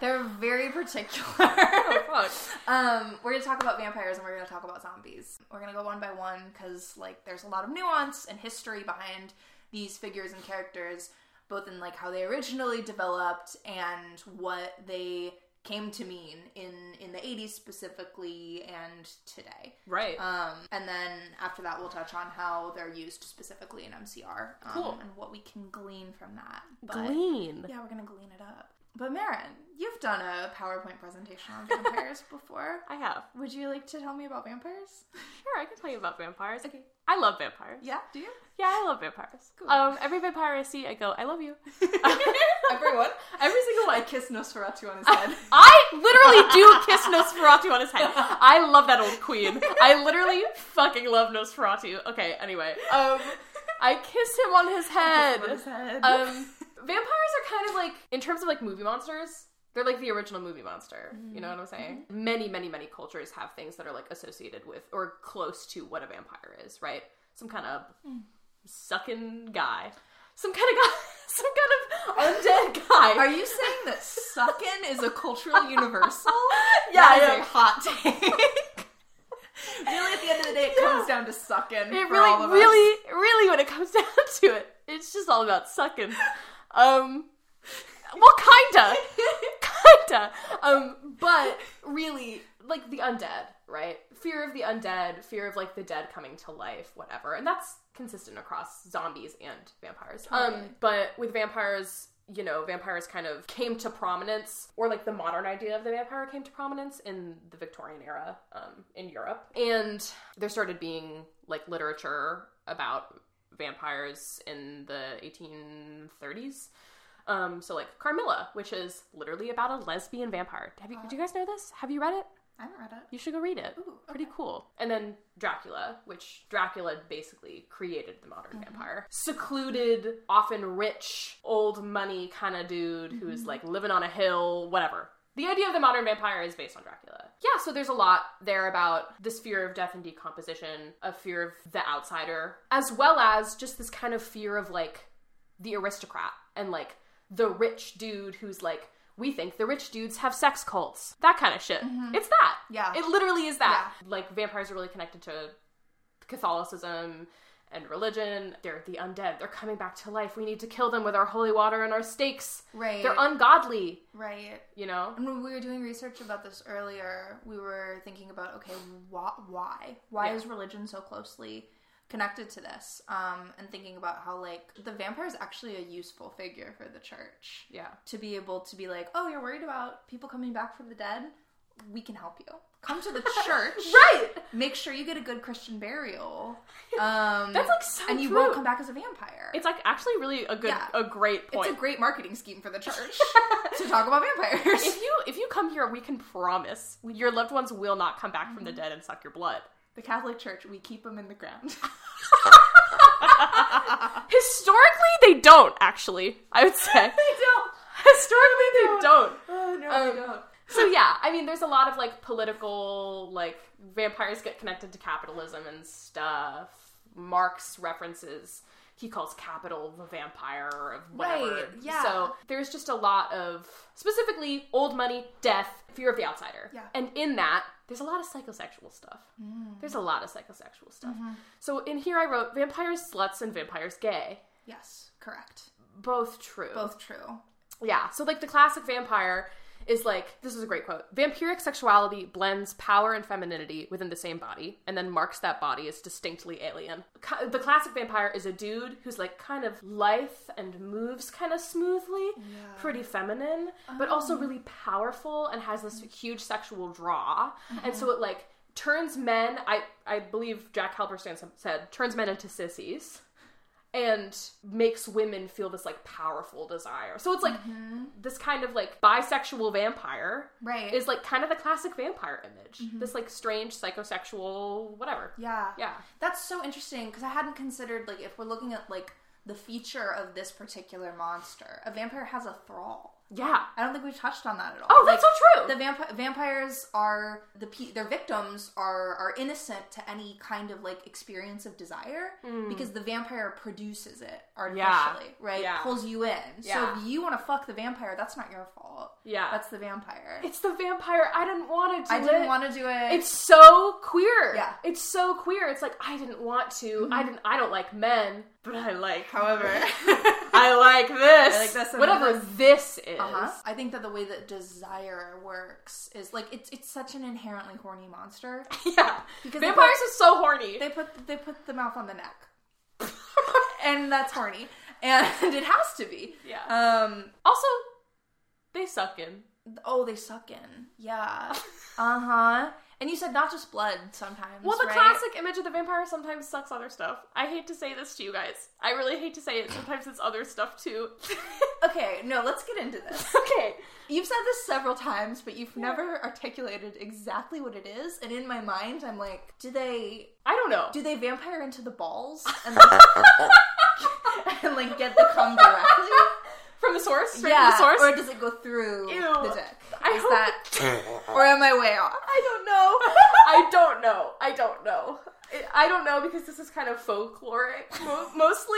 they're very particular.
Oh, fuck.
Um, we're gonna talk about vampires and we're gonna talk about zombies. We're gonna go one by one because like there's a lot of nuance and history behind these figures and characters, both in like how they originally developed and what they came to mean in in the 80s specifically and today.
Right.
Um, and then after that, we'll touch on how they're used specifically in MCR um,
Cool.
and what we can glean from that. But
Glean.
yeah, we're gonna glean it up. But Marin, you've done a PowerPoint presentation on vampires before.
I have.
Would you like to tell me about vampires?
Sure, I can tell you about vampires. I love vampires.
Yeah, do you?
Yeah, I love vampires.
Cool.
Um, every vampire I see, I go, I love you.
Everyone,
every single
I
one.
kissed Nosferatu on his head.
I literally do kiss Nosferatu on his head. I love that old queen. I literally fucking love Nosferatu. Okay, anyway. Um, I kissed him on his head.
On his head.
Um, vampires are kind of like, in terms of like movie monsters, they're like the original movie monster. You
Mm-hmm.
know what I'm saying? Many, many, many cultures have things that are like associated with or close to what a vampire is, right? Some kind of
Mm.
sucking guy, some kind of guy, some kind of undead guy.
Are you saying that suckin is a cultural universal?
Yeah,
that
I
is
am.
a hot take. really, at the end of the day, it comes down to suckin.
It
for
really,
all of us.
really, really, when it comes down to it, it's just all about sucking. Um, well, kinda, kinda. Um, but really, like the undead, right? Fear of the undead, fear of like the dead coming to life, whatever, and that's consistent across zombies and vampires.
Totally.
Um, but with vampires. You know, vampires kind of came to prominence, or like the modern idea of the vampire came to prominence in the Victorian era um, in Europe. And there started being like literature about vampires in the 1830s. Um, so like Carmilla, which is literally about a lesbian vampire. Have you, did you guys know this? Have you read it?
I haven't read it.
You should go read it.
Ooh,
Pretty cool. And then Dracula, which Dracula basically created the modern
Mm-hmm.
vampire. Secluded, often rich, old money kind of dude
Mm-hmm.
who's like living on a hill, whatever. The idea of the modern vampire is based on Dracula. Yeah, so there's a lot there about this fear of death and decomposition, a fear of the outsider, as well as just this kind of fear of like the aristocrat and like the rich dude who's like we think the rich dudes have sex cults that kind of shit it's that
Mm-hmm. Yeah.
it literally is that like vampires are really connected to catholicism and religion they're the undead they're coming back to life we need to kill them with our holy water and our stakes
Right.
they're ungodly
right.
you know
And when we were doing research about this earlier, we were thinking about okay, wh- why? Why
Yeah.
is religion so closely connected to this? Um, and thinking about how like the vampire is actually a useful figure for the church
yeah
to be able to be like, oh, you're worried about people coming back from the dead? We can help you. Come to the church.
right
Make sure you get a good Christian burial. Um,
That's, like, so
and you
true.
won't come back as a vampire.
it's like actually really a good
Yeah.
a great
It's
point
a great marketing scheme for the church to talk about vampires.
if you if you come here we can promise your loved ones will not come back from the dead and suck your blood
The Catholic Church, we keep them in the ground.
Historically, they don't, actually, I would say.
don't.
Historically, they don't.
Oh, no,
Um, So, yeah, I mean, there's a lot of like political, like, vampires get connected to capitalism and stuff. Marx references, he calls capital the vampire or whatever.
Right, yeah.
So, there's just a lot of specifically old money, death, fear of the outsider.
Yeah. Mm.
And in that, there's a lot of psychosexual stuff. There's a lot of psychosexual stuff.
Mm-hmm.
So, in here, I wrote vampires sluts and vampires gay.
Yes, correct.
Both true.
Both true.
Yeah. So like the classic vampire is like this is a great quote. Vampiric sexuality blends power and femininity within the same body and then marks that body as distinctly alien. Ca- The classic vampire is a dude who's like kind of lithe and moves kind of smoothly, pretty feminine, but also really powerful and has this huge sexual draw. And so it like turns men, I I believe Jack Halberstam said, turns men into sissies and makes women feel this like powerful desire. So it's like this kind of like bisexual vampire
Mm-hmm. Right. Mm-hmm.
is like kind of the classic vampire image. This like strange psychosexual whatever.
yeah.
Yeah.
That's so interesting because I hadn't considered like if we're looking at like the feature of this particular monster, a vampire has a thrall.
Yeah.
I don't think we've touched on that at all.
Oh, that's
Like,
so true.
the vamp- vampires are the pe- their victims are are innocent to any kind of like experience of desire
Hmm.
because the vampire produces it artificially, right?
Yeah.
Pulls you in.
Yeah.
So if you want to fuck the vampire, that's not your fault.
yeah.
That's the vampire.
it's the vampire. I didn't want to do
I didn't
it.
want to do it.
it's so queer.
Yeah. Mm-hmm.
It's so queer. It's like I didn't want to. I didn't I don't like men, but I like
however.
I like this.
I like this and
Whatever this, is.
Uh-huh. I think that the way that desire works is like it's it's such an inherently horny monster
Yeah.
because they
Vampires
put-
are so horny.
they put they put the mouth on the neck, and that's horny, and it has to be.
Yeah.
Um.
also, they suck in.
Oh, they suck in. Yeah. Uh huh. And you said not just blood sometimes.
Well, the
right?
classic image of the vampire sometimes sucks other stuff. I hate to say this to you guys. I really hate to say it. Sometimes it's other stuff too.
Okay, no, let's get into this.
okay.
You've said this several times, but you've never articulated exactly what it is. And in my mind, I'm like, do they
I don't know.
do they vampire into the balls and like, and, like get the cum directly?
From the source? Straight
yeah.
from the source?
Or does it go through
Ew.
the dick?
I
is
hope-
that or am I way off?
I don't know. I don't know. I don't know. I- I don't know because this is kind of folkloric mo- mostly.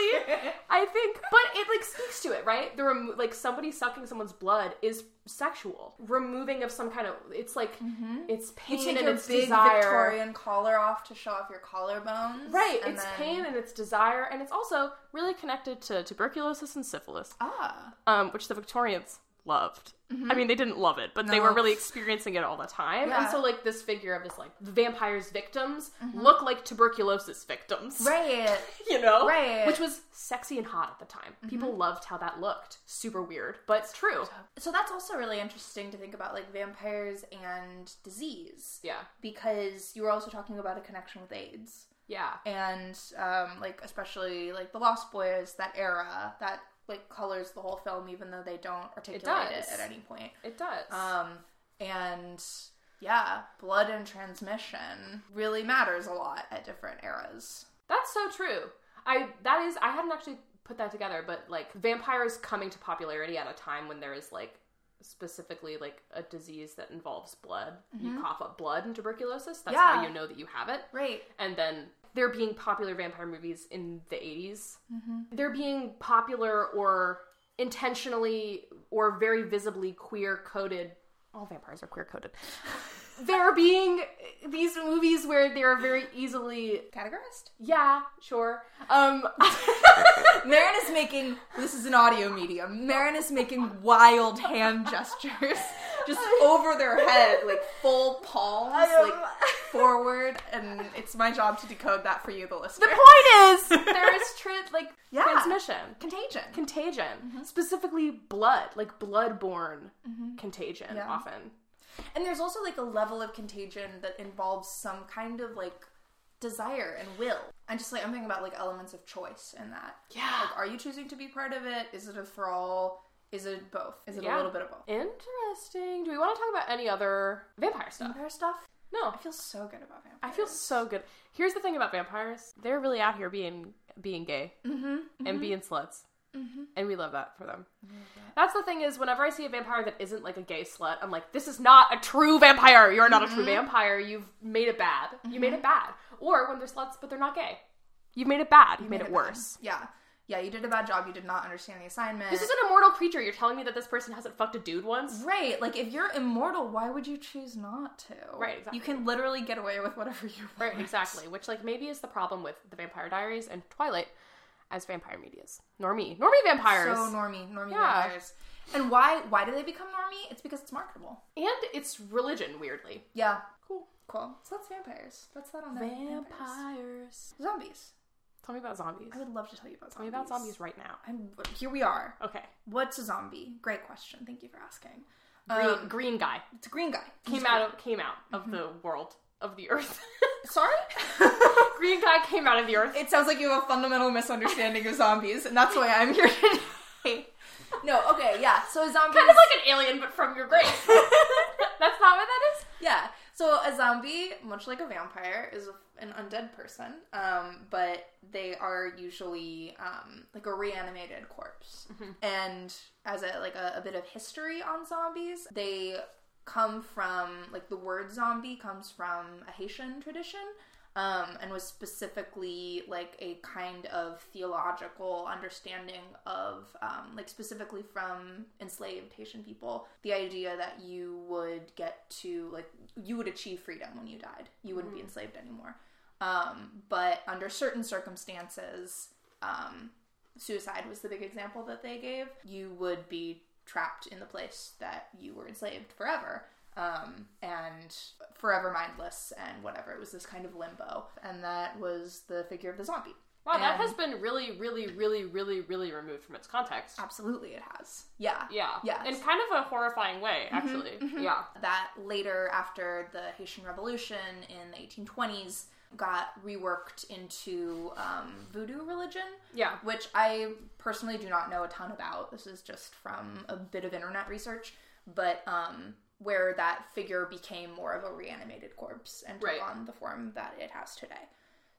I think, but it like speaks to it, right? The remo- like somebody sucking someone's blood is sexual. Removing of some kind of it's like it's
Mm-hmm. You
pain
take
and
your
it's
big
desire.
Victorian collar off to show off your collarbones.
Right,
and
it's
then-
pain and it's desire, and it's also really connected to tuberculosis and syphilis,
Ah.
um, which the Victorians loved. I mean, they didn't love it, but they
Mm-hmm. No.
were really experiencing it all the time. And
Yeah. Mm-hmm.
so, like this figure of this like vampire's victims look like tuberculosis victims,
Right.
You know,
Right. Mm-hmm.
Which was sexy and hot at the time. People loved how that looked. Super weird, but it's true.
So that's also really interesting to think about, like vampires and disease,
Yeah,
because you were also talking about a connection with AIDS
yeah,
and um, like especially like the Lost Boys, that era that like colors the whole film, even though they don't articulate it,
does.
at any point.
it does.
Um, and yeah, blood and transmission really matters a lot at different eras.
That's so true. I that is I hadn't actually put that together, but like vampires coming to popularity at a time when there is like specifically like a disease that involves blood. You cough up blood and tuberculosis. That's how
Yeah.
you know that you have it.
Right.
And then there being popular vampire movies in the 80s. There being popular or intentionally or very visibly queer coded. All vampires are queer coded. there being these movies where they are very easily
Categorized?
yeah, sure. Um,
Marin is making this is an audio medium. Marin is making wild hand gestures, just over their head, like full palms,
am-
like forward, and it's my job to decode that for you, the listener.
the point is there is tra- like
Yeah. Mm-hmm.
transmission,
Contagion.
contagion, specifically blood, like bloodborne contagion.
Mm-hmm. Yeah.
Often,
and there's also like a level of contagion that involves some kind of like desire and will. I'm just like I'm thinking about like elements of choice in that.
Yeah.
Like, are you choosing to be part of it? Is it a thrall? Is it both? Is it
Yeah.
a little bit of both?
interesting. Do we want to talk about any other vampire stuff?
Vampire stuff.
No,
I feel so good about vampires.
I feel so good. Here's the thing about vampires: they're really out here being being gay and being sluts, and we mm-hmm. love that for them. That's the thing is, whenever I see a vampire that isn't like a gay slut, I'm like, this is not a true vampire. You're not a true vampire. You've made it bad. You made it bad. Or when they're sluts but they're not gay, you've made it bad. You made, it,
bad.
worse.
Yeah. Yeah, you did a bad job. You did not understand the assignment.
This is an immortal creature. You're telling me that this person hasn't fucked a dude once?
right. Like, if you're immortal, why would you choose not to?
Right, exactly.
You can literally get away with whatever you want.
Right, exactly. Which like maybe is the problem with the Vampire Diaries and Twilight as vampire medias. Normie, normie vampires.
So normie, normie
Yeah.
vampires. And why? Why do they become normie? It's because it's marketable.
And it's religion, weirdly.
Yeah.
Cool.
Cool. So that's vampires. That's that on that. Vampires. Zombies.
Tell me about zombies.
I would love to tell you about
Tell me
zombies.
about zombies right now.
I'm, here we are.
Okay.
What's a zombie? Great question. Thank you for asking.
Green,
Um,
green guy
it's a green guy. Mm-hmm.
came out of came out of the world of the earth.
Sorry.
green guy came out of the earth.
It sounds like you have a fundamental misunderstanding of zombies, and that's why I'm here today. No, okay, yeah. So a zombie
Kind of like an alien, but from your grave. That's not what that is.
yeah. So a zombie, much like a vampire, is an undead person, um, but they are usually um, like a reanimated corpse. And as a like a, a bit of history on zombies, they come from like the word zombie comes from a Haitian tradition. Um, and was specifically like a kind of theological understanding of um, like specifically from enslaved Haitian people the idea that you would get to like you would achieve freedom when you died you wouldn't be enslaved anymore um, but under certain circumstances um, suicide was the big example that they gave you would be trapped in the place that you were enslaved forever um, and forever mindless and whatever it was this kind of limbo and that was the figure of the zombie
Wow, that
And-
has been really, really, really, really, really removed from its context.
absolutely it has yeah
Yeah.
Uh, Yes. Mm-hmm,
In kind of a horrifying way, actually. Yeah.
that later after the Haitian Revolution in the 1820s got reworked into um, voodoo religion.
Yeah.
Which I personally do not know a ton about. This is just from a bit of internet research, but um, where that figure became more of a reanimated corpse and took
Right.
on the form that it has today.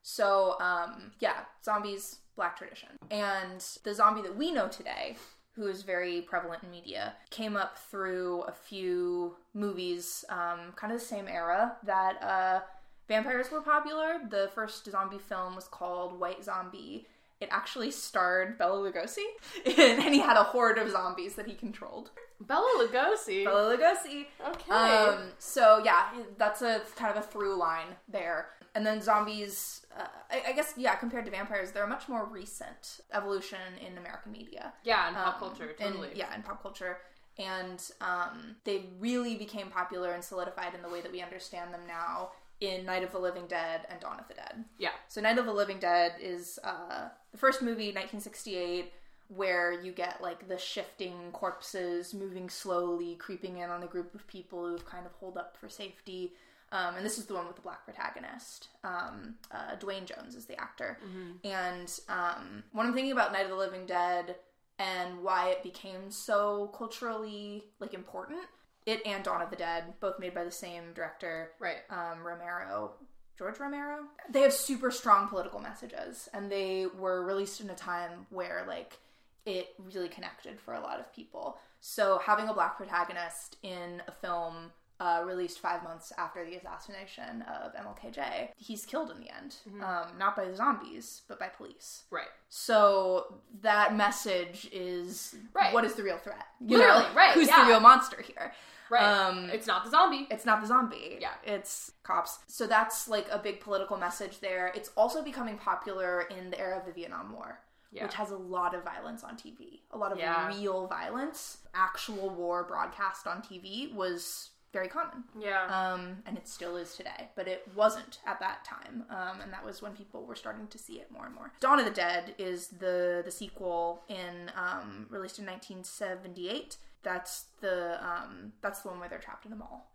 So, um, yeah, zombies, black tradition. And the zombie that we know today, who is very prevalent in media, came up through a few movies, um, kind of the same era that uh, vampires were popular. The first zombie film was called White Zombie. It actually starred Bela Lugosi, and he had a horde of zombies that he controlled.
Bella Lugosi.
Bela Lugosi.
Okay.
Um, so yeah, that's a kind of a through line there. And then zombies, uh, I, I guess, yeah, compared to vampires, they're a much more recent evolution in American media.
yeah, in pop
Um,
culture,
in-
totally.
yeah, in pop culture. And um, they really became popular and solidified in the way that we understand them now in Night of the Living Dead and Dawn of the Dead.
yeah.
So Night of the Living Dead is uh, the first movie, 1968, where you get like the shifting corpses moving slowly, creeping in on a group of people who've kind of holed up for safety. Um, and this is the one with the black protagonist. Um, uh, Dwayne Jones is the actor. And um, when I'm thinking about Night of the Living Dead and why it became so culturally like important, it and Dawn of the Dead, both made by the same director,
Right.
um, Romero, George Romero. They have super strong political messages, and they were released in a time where like it really connected for a lot of people. So having a black protagonist in a film. Uh, released five months after the assassination of MLKJ, he's killed in the end,
Mm-hmm.
um, not by zombies, but by police.
Right.
So that message is
Right.
what is the real threat? You
Literally,
know,
right,
Who's
yeah.
the real monster here?
Right.
Um,
it's not the zombie.
It's not the zombie.
Yeah.
It's cops. So that's like a big political message there. It's also becoming popular in the era of the Vietnam War,
Yeah.
which has a lot of violence on TV, a lot of
Yeah.
real violence. Actual war broadcast on TV was very common.
yeah.
Um, and it still is today, but it wasn't at that time, um, and that was when people were starting to see it more and more. Dawn of the Dead is the the sequel in um, released in 1978. That's the um, that's the one where they're trapped in a mall,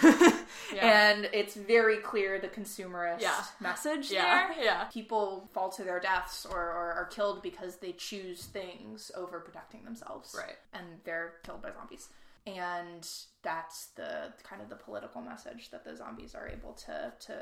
and it's very clear the consumerist
Yeah.
message
yeah.
there.
Yeah.
People fall to their deaths or, or are killed because they choose things over protecting themselves
Right.
and they're killed by zombies. And that's the kind of the political message that the zombies are able to to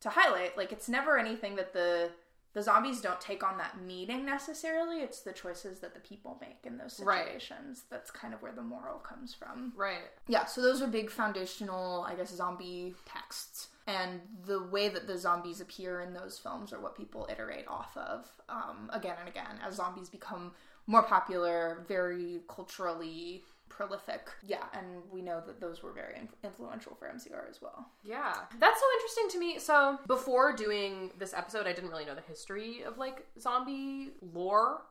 to highlight. Like it's never anything that the the zombies don't take on that meaning necessarily. It's the choices that the people make in those
Right.
situations. That's kind of where the moral comes from.
Right.
Yeah, so those are big foundational, I guess, zombie texts. And the way that the zombies appear in those films are what people iterate off of um, again and again as zombies become more popular, very culturally prolific. Yeah, and we know that those were very in- influential for MCR as well.
Yeah. That's so interesting to me. So, before doing this episode, I didn't really know the history of like zombie lore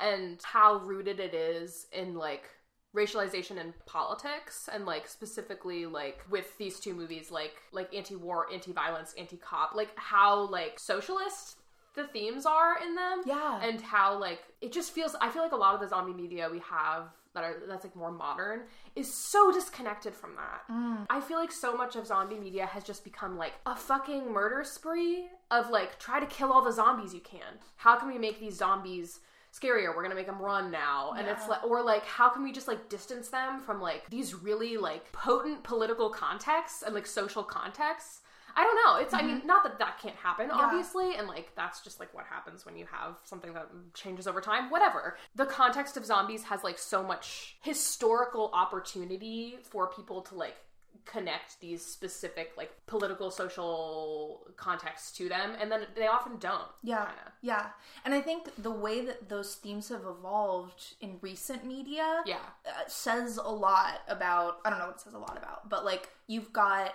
and how rooted it is in like racialization and politics and like specifically like with these two movies like like anti-war, anti-violence, anti-cop, like how like socialist the themes are in them.
Yeah.
and how like it just feels i feel like a lot of the zombie media we have that are that's like more modern is so disconnected from that
Mm.
i feel like so much of zombie media has just become like a fucking murder spree of like try to kill all the zombies you can how can we make these zombies scarier we're gonna make them run now and it's
Yeah.
like or like how can we just like distance them from like these really like potent political contexts and like social contexts I don't know. It's I
Mm-hmm.
mean, not that that can't happen,
Yeah.
obviously, and like that's just like what happens when you have something that changes over time. Whatever. The context of zombies has like so much historical opportunity for people to like connect these specific like political social contexts to them and then they often don't
Yeah.
kinda.
Yeah. And I think the way that those themes have evolved in recent media
yeah
uh, says a lot about, I don't know what it says a lot about, but like you've got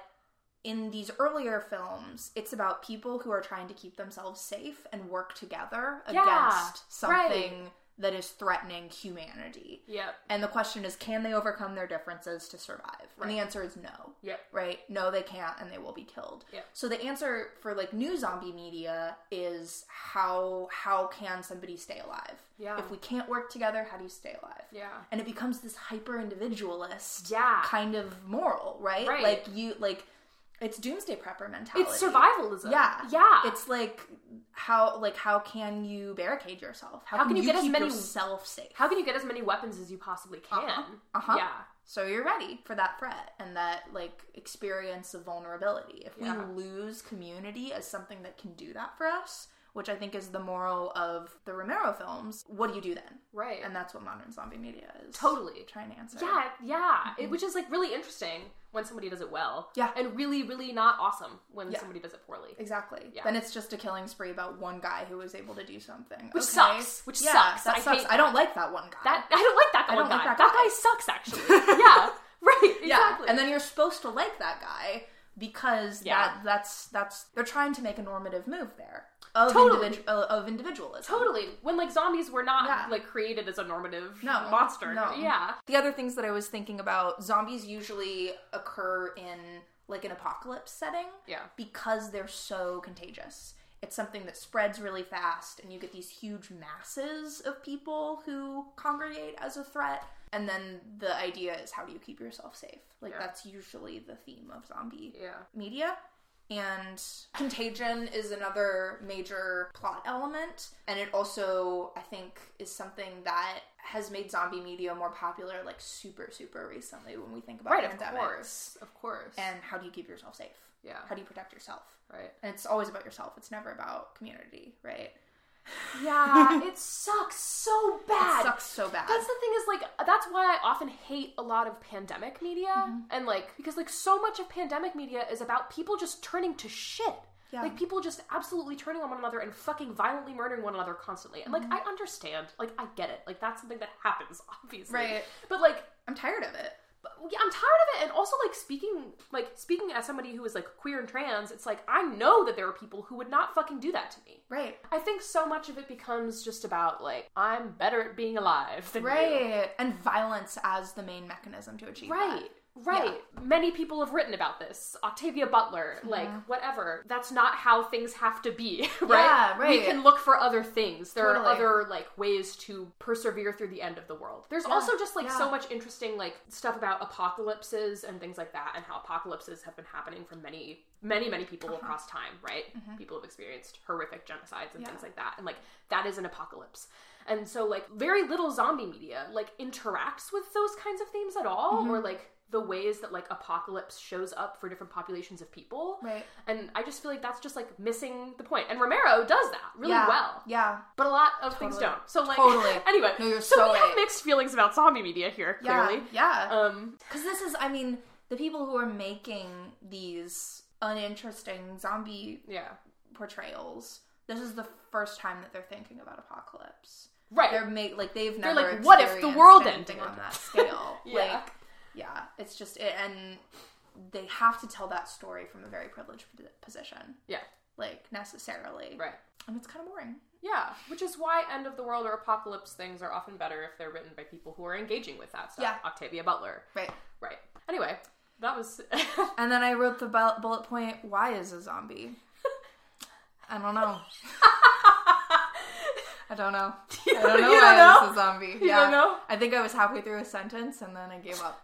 in these earlier films, it's about people who are trying to keep themselves safe and work together
Yeah,
against something that is threatening humanity.
yep
And the question is can they overcome their differences to survive? And the
Right.
answer is no
yep
right? No, they can't, and they will be killed.
Yep.
So the answer for like new zombie media is how how can somebody stay alive?
Yeah.
If we can't work together, how do you stay alive?
yeah
And it becomes this hyper individualist
yeah
kind of moral, right?
Right.
Like you like it's doomsday prepper mentality.
it's survivalism
Yeah.
yeah
It's like how like how can you barricade yourself?
How can you get as
keep
many-
yourself safe?
How can you get as many weapons as you possibly can?
Uh-huh, uh-huh.
Yeah.
so you're ready for that threat and that like experience of vulnerability if
Yeah.
we lose community as something that can do that for us which i think is the moral of the romero films what do you do then
Right.
and that's what modern zombie media is
totally.
trying to answer
Yeah, yeah. It, which is like really interesting when somebody does it well.
Mm-hmm. Yeah.
And really, really not awesome when
Yeah.
somebody does it poorly.
exactly
Yeah.
then it's just a killing spree about one guy who was able to do something
Which sucks. Which sucks.
that
I
sucks
hate
I don't like that one guy
That I don't like that guy.
I don't
guy.
like
that,
that
guy.
guy.
sucks actually. yeah. Right. Exactly.
Yeah, and then you're supposed to like that guy because
Yeah.
that that's that's they're trying to make a normative move there of
Totally.
individu- uh, of individualism.
totally when like zombies were not
Yeah.
like created as a normative
No,
monster.
no.
Yeah.
The other things that I was thinking about, zombies usually occur in like an apocalypse setting
Yeah.
because they're so contagious. It's something that spreads really fast and you get these huge masses of people who congregate as a threat. And then the idea is how do you keep yourself safe? Like
Yeah.
that's usually the theme of zombie
Yeah.
media. And contagion is another major plot element. And it also, I think, is something that has made zombie media more popular, like super, super recently when we think about
Right. Of
pandemics.
course. Of course.
And how do you keep yourself safe?
yeah.
How do you protect yourself?
Right.
And it's always about yourself, it's never about community, right?
Yeah. it sucks so bad.
It sucks so bad.
That's the thing is like that's why I often hate a lot of pandemic media
Mm-hmm.
and like because like so much of pandemic media is about people just turning to shit.
Yeah.
Like people just absolutely turning on one another and fucking violently murdering one another constantly. And like
Mm-hmm.
I understand, like I get it. Like that's something that happens obviously.
Right.
But like
I'm tired of it.
but- yeah, I'm tired of it. And also like speaking like speaking as somebody who is like queer and trans, it's like I know that there are people who would not fucking do that to me.
Right.
I think so much of it becomes just about like I'm better at being alive than you.
Right. And violence as the main mechanism to achieve that.
Right. Right. Many people have written about this. Octavia Butler,
Uh-huh.
like whatever. That's not how things have to be, right?
Yeah, right.
We can look for other things. There are
Totally.
other like ways to persevere through the end of the world. There's also just like so
yeah.
much interesting like stuff about apocalypses and things like that and how apocalypses have been happening for many many many people
Uh-huh.
across time, right? People have experienced horrific genocides and
Mm-hmm. Yeah.
things like that. And like that is an apocalypse. And so like very little zombie media like interacts with those kinds of themes at all or
Mm-hmm.
like the ways that like apocalypse shows up for different populations of people.
Right.
And I just feel like that's just like missing the point. And Romero does that really
yeah.
well.
Yeah.
But a lot of things
Totally.
don't. So like
Totally.
anyway,
No, you're
so,
so
we have
right.
mixed feelings about zombie media here,
Yeah.
clearly.
Yeah.
Um
Because this is, I mean, the people who are making these uninteresting zombie
yeah.
portrayals, this is the first time that they're thinking about apocalypse.
Right.
They're make like they've
They're
never.
like, "What if the world
experienced anything
ended?"
on that scale?
Yeah.
Like, yeah, it's just it, and they have to tell that story from a very privileged p- position,
yeah.
like necessarily,
Right.
and it's kind of boring.
Yeah, which is why end of the world or apocalypse things are often better if they're written by people who are engaging with that stuff.
Yeah.
Octavia Butler.
Right.
Right. Anyway, that was
And then I wrote the bu- bullet point: Why is a zombie? I don't know. I don't know. I don't know
you
why
don't know?
I was a zombie.
You
yeah.
don't know?
I think I was halfway through a sentence and then I gave up.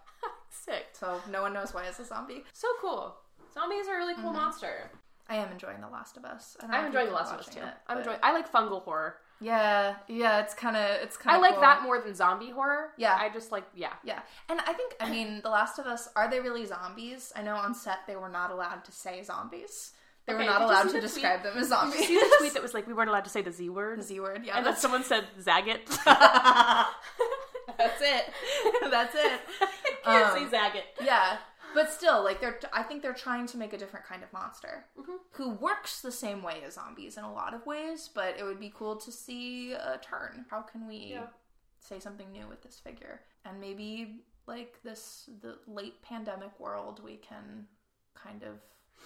sick.
So no one knows why it's a zombie.
So cool. Zombies are a really cool
Mm-hmm.
monster.
I am enjoying The Last of Us. I don't know
I'm
if
enjoying The
you've been
Last of Us too.
watching it,
I'm
but-
enjoying. I like fungal horror.
Yeah, yeah, it's kind of it's kind
I
of
like that more than zombie horror.
Yeah.
I just like yeah.
Yeah. And I think I mean, The Last of Us, are they really zombies? I know on set they were not allowed to say zombies. They
Okay,
were not
did you
allowed
see
to
the tweet?
describe them as
Did you see
zombies.
the tweet that was like we weren't allowed to say the Z word?
The Z word, yeah.
and then
That's,
someone said Zagat.
that's it. that's it.
Can't say
Um,
Zagat.
Yeah. But still, like they're I think they're trying to make a different kind of monster
Mm-hmm.
who works the same way as zombies in a lot of ways, but it would be cool to see a turn. How can we
Yeah.
say something new with this figure? And maybe like this the late pandemic world we can kind of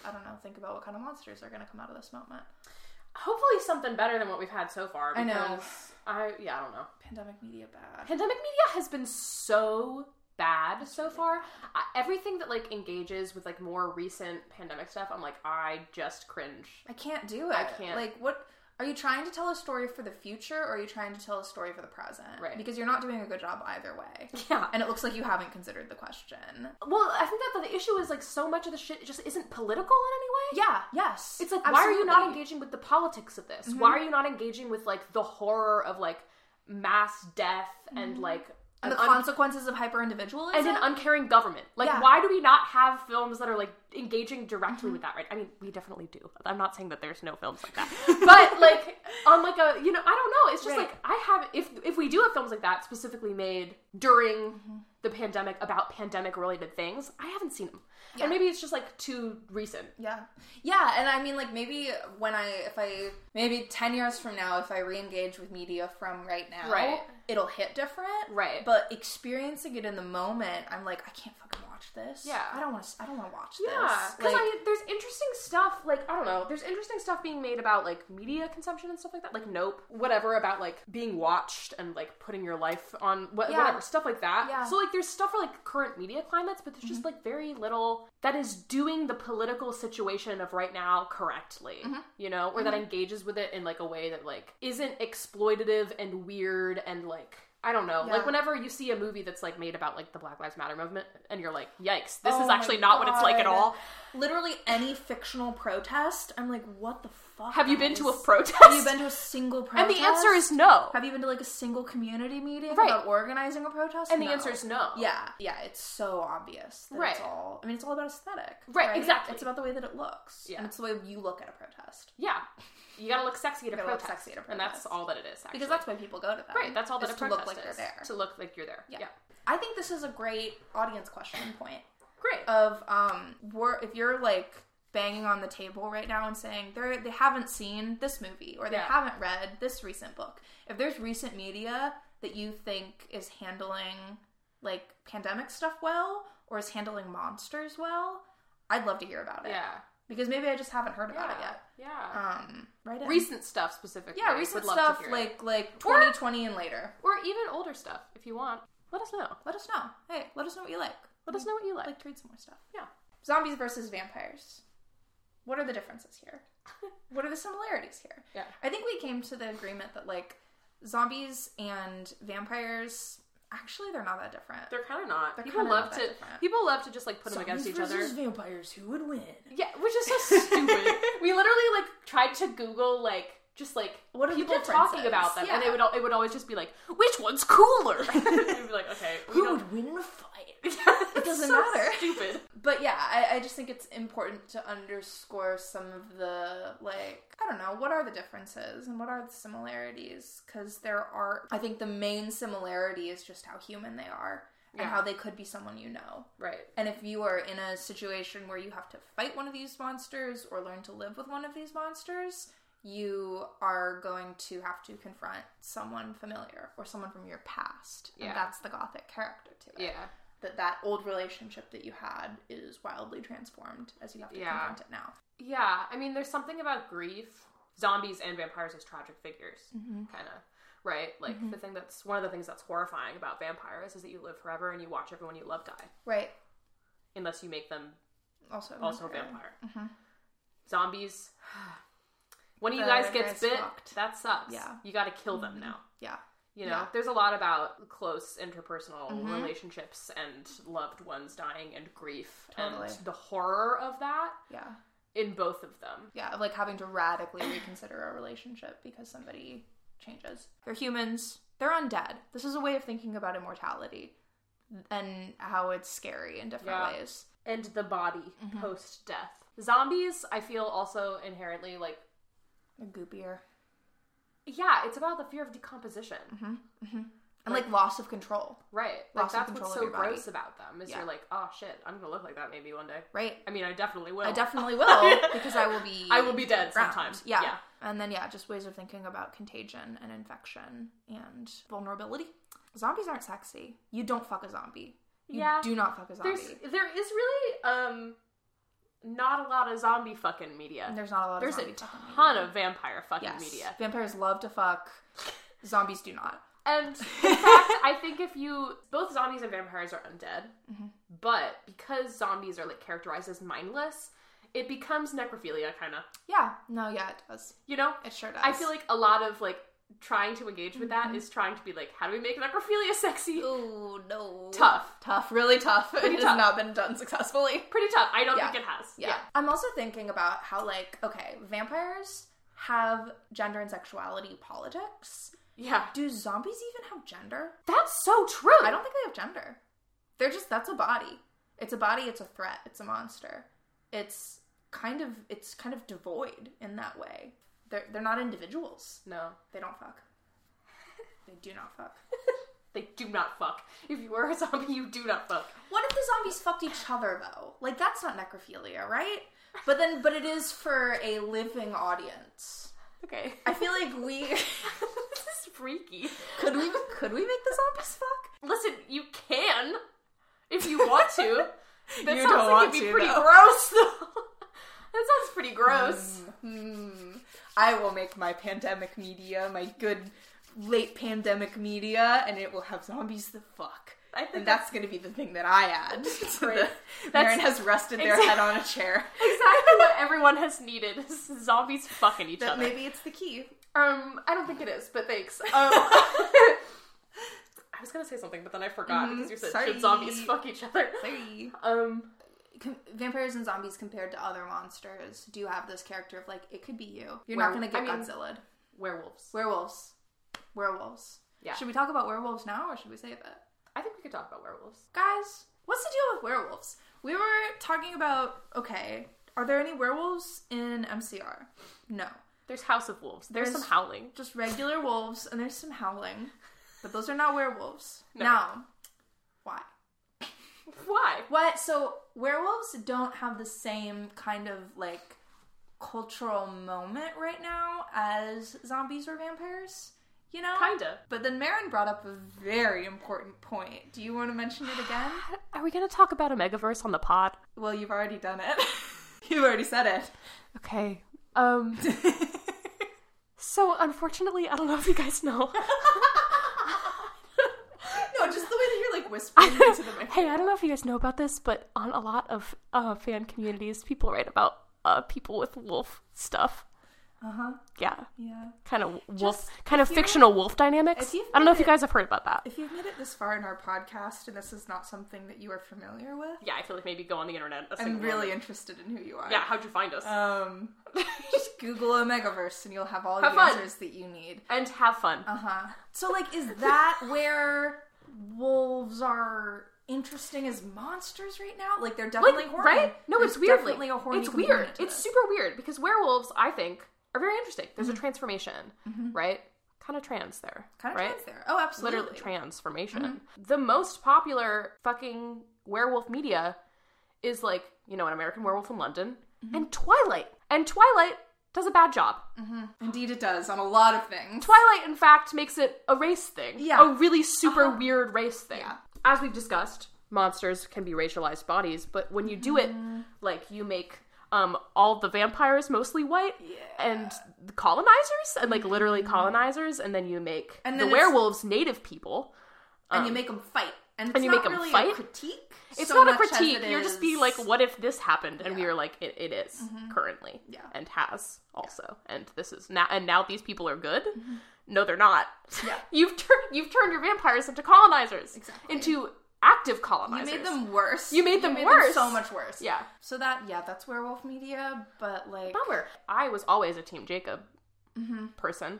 I don't know, think about what kind of monsters are going to come out of this moment.
Hopefully something better than what we've had so far.
I know.
because I yeah, I don't know.
Pandemic media bad.
Pandemic media has been so bad so far. I, everything that like engages with like more recent pandemic stuff, I'm like I just cringe.
I can't do it.
I can't.
Like what are you trying to tell a story for the future or are you trying to tell a story for the present?
Right.
Because you're not doing a good job either way.
Yeah.
And it looks like you haven't considered the question.
Well, I think that the issue is like so much of the shit just isn't political in any way.
Yeah, yes.
It's like why are you not
Absolutely. Mm-hmm.
engaging with the politics of this? Why are you not engaging with like the horror of like mass death and like
Mm-hmm. And
an
the
un-
consequences of hyper individualism?
and an uncaring government. Like,
Yeah. Mm-hmm.
why do we not have films that are like engaging directly with that? Right? I mean, we definitely do. I'm not saying that there's no films like that, but like on like a you know, I don't know. It's just
Right.
like I have if if we do have films like that specifically made during
Mm-hmm.
the pandemic about pandemic related things, I haven't seen them,
Yeah.
and maybe it's just like too recent.
yeah. Yeah, and I mean like maybe when I if I maybe 10 years from now if I re-engage with media from right now,
Right.
it'll hit different.
Right.
But experiencing it in the moment, I'm like I can't fucking watch this.
Yeah.
I don't want to I don't want to watch
Yeah,
this.
because I there's interesting stuff like I don't know, there's interesting stuff being made about like media consumption and stuff like that, like Nope, whatever about like being watched and like putting your life on wha-
Yeah.
whatever stuff like that.
Yeah. Mm-hmm.
So like there's stuff for like current media climates, but there's just like very little that is doing the political situation of right now correctly,
Mm-hmm.
you know, or that engages with it in like a way that like isn't exploitative and weird and like. I don't know.
Yeah.
Like whenever you see a movie that's like made about like the Black Lives Matter movement and you're like, "Yikes, this
Oh
is
my
actually not what it's like at
God.
all."
Literally any fictional protest, I'm like what the fuck?
Have you been to a
guys?
protest?
Have you been to a single
and
protest?
the answer is no.
Have you been to like a single community meeting
Right.
about organizing a protest?
And the
No.
answer is no.
yeah, yeah. It's so obvious. That It's
Right.
all. I mean, it's all about aesthetic.
Right, exactly.
It's about the way that it looks.
Yeah.
And it's the way you look at a protest
Yeah. You gotta look sexy at a
gotta look
protest.
sexy at a
And that's
protest.
all that it is. Actually.
because that's why people go to them.
right. That's all that a
is to
protest
look like
is.
they're there.
To look like you're there. Yeah.
Yeah. I think this is a great audience question point
Great.
of um, we're, if you're like banging on the table right now and saying they they haven't seen this movie or they
Yeah.
haven't read this recent book. If there's recent media that you think is handling like pandemic stuff well or is handling monsters well, I'd love to hear about it.
yeah.
Because maybe I just haven't heard about
Yeah.
it yet.
Yeah.
Um, right. in.
recent stuff specifically.
yeah, recent
Would love
stuff
to hear it.
like like 2020 and later.
or even older stuff if you want. Let us know.
Let us know. Hey, let us know what you like.
Let us know what you like.
I'd like to read some more stuff.
Yeah.
Zombies versus vampires. What are the differences here? what are the similarities here?
Yeah.
I think we came to the agreement that like zombies and vampires actually they're not that different.
They're kind of not.
They're
people
kinda
love
not
to.
that different.
People love to just like put them against each other.
vampires, who would win?
Yeah, which is so stupid. we literally like tried to Google like just like
What are the
people
differences?
talking about them, and
Yeah.
it would al- it would always just be like, which one's cooler? We'd be like, okay, we don't.
win in a fight?
it
doesn't matter.
Stupid.
But yeah, I, I just think it's important to underscore some of the like I don't know what are the differences and what are the similarities because there are I think the main similarity is just how human they are
Yeah.
and how they could be someone you know.
Right.
And if you are in a situation where you have to fight one of these monsters or learn to live with one of these monsters, you are going to have to confront someone familiar or someone from your past.
Yeah.
And that's the gothic character to it
Yeah.
that that old relationship that you had is wildly transformed as you have to
Yeah.
confront it now.
Yeah. I mean, there's something about grief, zombies and vampires as tragic figures, kind of. Right, like the thing that's one of the things that's horrifying about vampires is that you live forever and you watch everyone you love die,
Right.
unless you make them
Also,
also a
vampire.
vampire.
Uh-huh.
Zombies. One of you
The
guys
other
gets
guy's
bit,
fucked.
that sucks.
Yeah.
You got to kill them now.
Yeah.
You know,
Yeah. Mm-hmm.
there's a lot about close interpersonal relationships and loved ones dying and grief
Totally.
and the horror of that
Yeah.
in both of them.
Yeah. Of like having to radically reconsider a relationship because somebody changes. They're humans, they're undead. This is a way of thinking about immortality and how it's scary in different
Yeah.
ways.
and the body
Mm-hmm.
post death. Zombies, I feel also inherently like,
They're goopier.
yeah, it's about the fear of decomposition,
And like, loss of control,
right? Like
Mm-hmm. Loss of
that's
control
what's
of
so
your body.
gross about them is
Yeah.
you're like, oh shit, I'm gonna look like that maybe one day.
right?
I mean, I definitely will.
I definitely will because I will be
I will be dead
around.
sometimes.
Yeah. And then yeah, just ways of thinking about contagion and infection and vulnerability. Zombies aren't sexy. You don't fuck a zombie. You
Yeah.
do not fuck a zombie.
There's there is really um not a lot of zombie fucking media.
And there's not a lot
There's
of
a
zombie fucking media.
ton of vampire fucking
yes.
media.
Vampires love to fuck. Zombies do not.
And in fact, I think if you both zombies and vampires are undead,
Mm-hmm.
but because zombies are like characterized as mindless, it becomes necrophilia kind of.
Yeah. No, yeah, it does.
You know,
It sure does.
I feel like a lot of like trying to engage with that is trying to be like, how do we make necrophilia sexy?
Mm-hmm. Ooh, no.
Tough,
Tough, really tough. it
tough.
has not been done successfully.
pretty tough. I don't
Yeah.
think it has.
Yeah. I'm also thinking about how, like, okay, vampires have gender and sexuality politics.
yeah,
Do zombies even have gender?
that's so true.
I don't think they have gender. They're just, that's a body. It's a body, it's a threat, it's a monster. It's kind of, it's kind of devoid in that way. They're, they're not individuals.
No,
They don't fuck. they do not fuck.
they do not fuck. If you were a zombie, you do not fuck.
What if the zombies fucked each other though? Like that's not necrophilia, right? But then but it is for a living audience.
Okay,
I feel like we
this is freaky.
could we could we make the zombies fuck?
Listen, you can if you want to. That
You
sounds
don't
like
want
it'd be
to,
pretty
though.
gross, though. that sounds pretty gross.
Hmm. I will make my pandemic media, my good late pandemic media, and it will have zombies the fuck.
I think
and that's going to be the thing that I add. To the,
That's-
Marin has rested their head on a chair.
Exactly what everyone has needed is zombies fucking each
That
other.
maybe it's the key.
Um, I don't think it is, but thanks. Um, I was gonna say something, but then I forgot because you said
Mm-hmm. sorry.
should zombies fuck each other.
Sorry.
Um,
com- vampires and zombies compared to other monsters do have this character of like it could be you. You're
Were-
not gonna
I
get
mean-
Godzilla.
werewolves.
Werewolves, werewolves.
Yeah.
Should we talk about werewolves now, or should we save it,
I think we could talk about werewolves.
guys? What's the deal with werewolves? We were talking about okay, are there any werewolves in MCR? No,
There's House of Wolves. There's,
There's-
some howling.
just regular wolves, and there's some howling, but those are not werewolves.
No.
Now, why?
Why?
What? So werewolves don't have the same kind of like cultural moment right now as zombies or vampires, you know?
Kinda.
But then Marin brought up a very important point. Do you want to mention it again?
Are we gonna talk about a megaverse on the pod?
Well, you've already done it. you've already said
Okay. Um.
it.
So unfortunately, I don't know if you guys know.
no, just the way that you're like whispering into the mic.
hey, uh, I don't know if you guys know about this, but on a lot of uh, fan communities, people write about uh, people with wolf stuff.
Uh huh.
Uh-huh. Yeah,
Yeah.
kind of wolf,
Just
kind of
if you're-
fictional wolf dynamics.
if you've
I don't know if you
made it-
guys have heard about that.
If you've made it this far in our podcast and this is not something that you are familiar with,
Yeah, I feel like maybe go on the internet. a
I'm
single
really
moment.
interested in who you are.
Yeah, how'd you find us?
Um, just Google a megaverse and you'll have all
Have
the
fun.
answers that you need.
and have fun.
Uh huh. So, like, is that where wolves are interesting as monsters right now? Like, they're definitely
like,
horny.
right? No,
There's
it's weird.
Definitely a horny.
It's
component
weird.
to
It's
this.
super
Mm-hmm.
weird because werewolves, I think, are very interesting. There's a transformation, right? Kind of trans there,
kind of
right?
Mm-hmm. trans there. Oh, absolutely. Mm-hmm.
literally transformation. The most popular fucking werewolf media is like, you know, an American werewolf in London
Mm-hmm.
and Twilight. And Twilight does a bad job.
Indeed, it does on a lot of things.
Twilight, in fact, makes it a race thing.
Yeah. Uh-huh.
A really super weird race thing.
Yeah.
As we've discussed, monsters can be racialized bodies, but when you do it,
Mm-hmm.
like, you make. Um, all the vampires mostly white and the colonizers and like literally colonizers and then you make
Mm-hmm. And
the
then it's-
werewolves native people
and you make them fight, and, it's
Um, you
not
make 'em
really A
fight.
critique.
It's
so
not a
much as
critique.
it
You're just being
is-
like, what if this happened? And we
Yeah. Mm-hmm.
were like, it, it is currently.
Yeah.
And has also. And this is now and now these people are good. No, they're not.
Mm-hmm. Yeah.
you've turned you've turned your vampires into colonizers.
Exactly.
Into active
you
colonizers.
made them worse.
You made them worse.
so much worse.
Yeah.
So that yeah, that's werewolf media, but like Mm-hmm.
Bummer. I was always a Team Jacob person.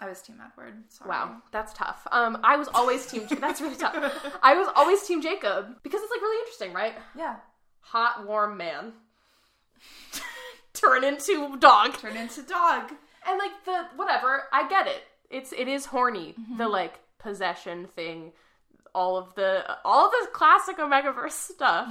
I was Team Edward. Sorry.
Wow, that's tough. Um, I was always team. that's really tough. I was always team Jacob because it's like really interesting, right?
Yeah.
Hot, warm man turn into dog,
Turn into dog.
and like the whatever. I get it. It's it is horny.
Mm-hmm.
The like possession thing, all of the all of the classic Omegaverse stuff.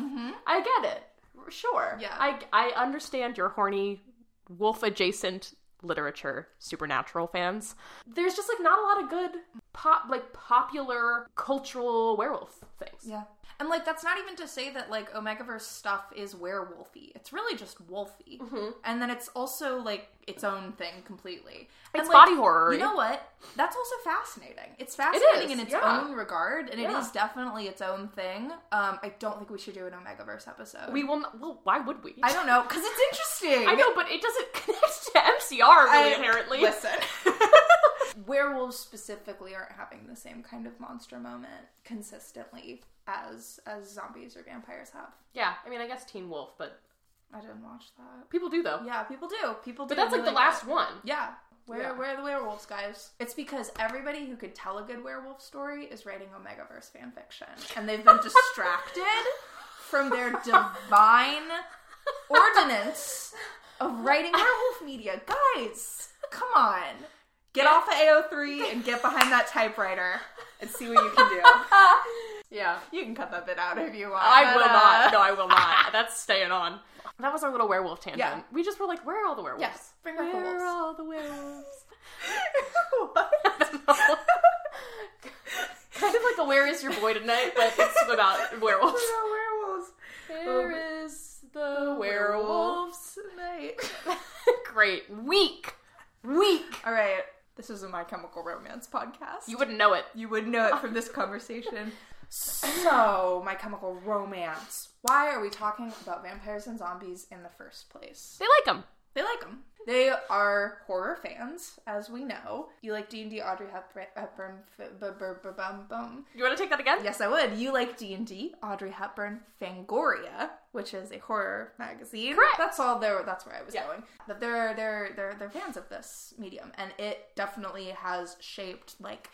I get it. Sure.
Mm-hmm. Yeah.
I I understand your horny wolf adjacent literature supernatural fans there's just like not a lot of good pop like popular cultural werewolf things
Yeah. And like that's not even to say that like Omegaverse stuff is werewolfy. It's really just wolfy.
Mm-hmm.
And then it's also like its own thing completely. And,
It's
like,
body horror.
You know what? That's also fascinating. It's fascinating in
is,
its
yeah.
own regard, and it
Yeah.
is definitely its own thing. Um, I don't think we should do an Omegaverse episode.
we will not, well why would we
I don't know because it's interesting.
I know, but it doesn't connect to MCR really
I-
inherently.
Listen. Werewolves specifically aren't having the same kind of monster moment consistently as as zombies or vampires have.
Yeah, I mean, I guess Teen Wolf, but
I didn't watch that.
people do though.
Yeah, people do. People do.
but that's like the
really
last one.
do. Yeah. Where,
Yeah.
where are the werewolves, guys? It's because everybody who could tell a good werewolf story is writing Omegaverse fanfiction. And they've been distracted from their divine ordinance of writing werewolf media. Guys, come on. Get off of AO3 and get behind that typewriter and see what you can do.
Ah. Yeah.
You can cut that bit out if you want.
I
but,
will
uh,
not. No, I will not. That's staying on. That was our little werewolf tangent.
Yeah.
We just were like, where are all the werewolves?
Yes, bring back the
where
wolves.
are all the werewolves?
what?
kind of like a Where Is Your Boy Tonight, but it's about werewolves.
werewolves.
Where is the werewolves?
tonight.
Great. Weak. Weak.
All right, this is a My Chemical Romance podcast.
You wouldn't know it.
you would know it from this conversation. So, My Chemical Romance. Why are we talking about vampires and zombies in the first place?
They like them.
They like them. They are horror fans, as we know. You like D and D, Audrey Hepburn. Hepburn f- bu- bu- bu- bum- bum.
You want to take that again?
Yes, I would. You like D and D, Audrey Hepburn, Fangoria, which is a horror magazine.
Correct.
That's all. There. That's where I was
Yeah.
going. But they're they're they're they're fans of this medium, and it definitely has shaped like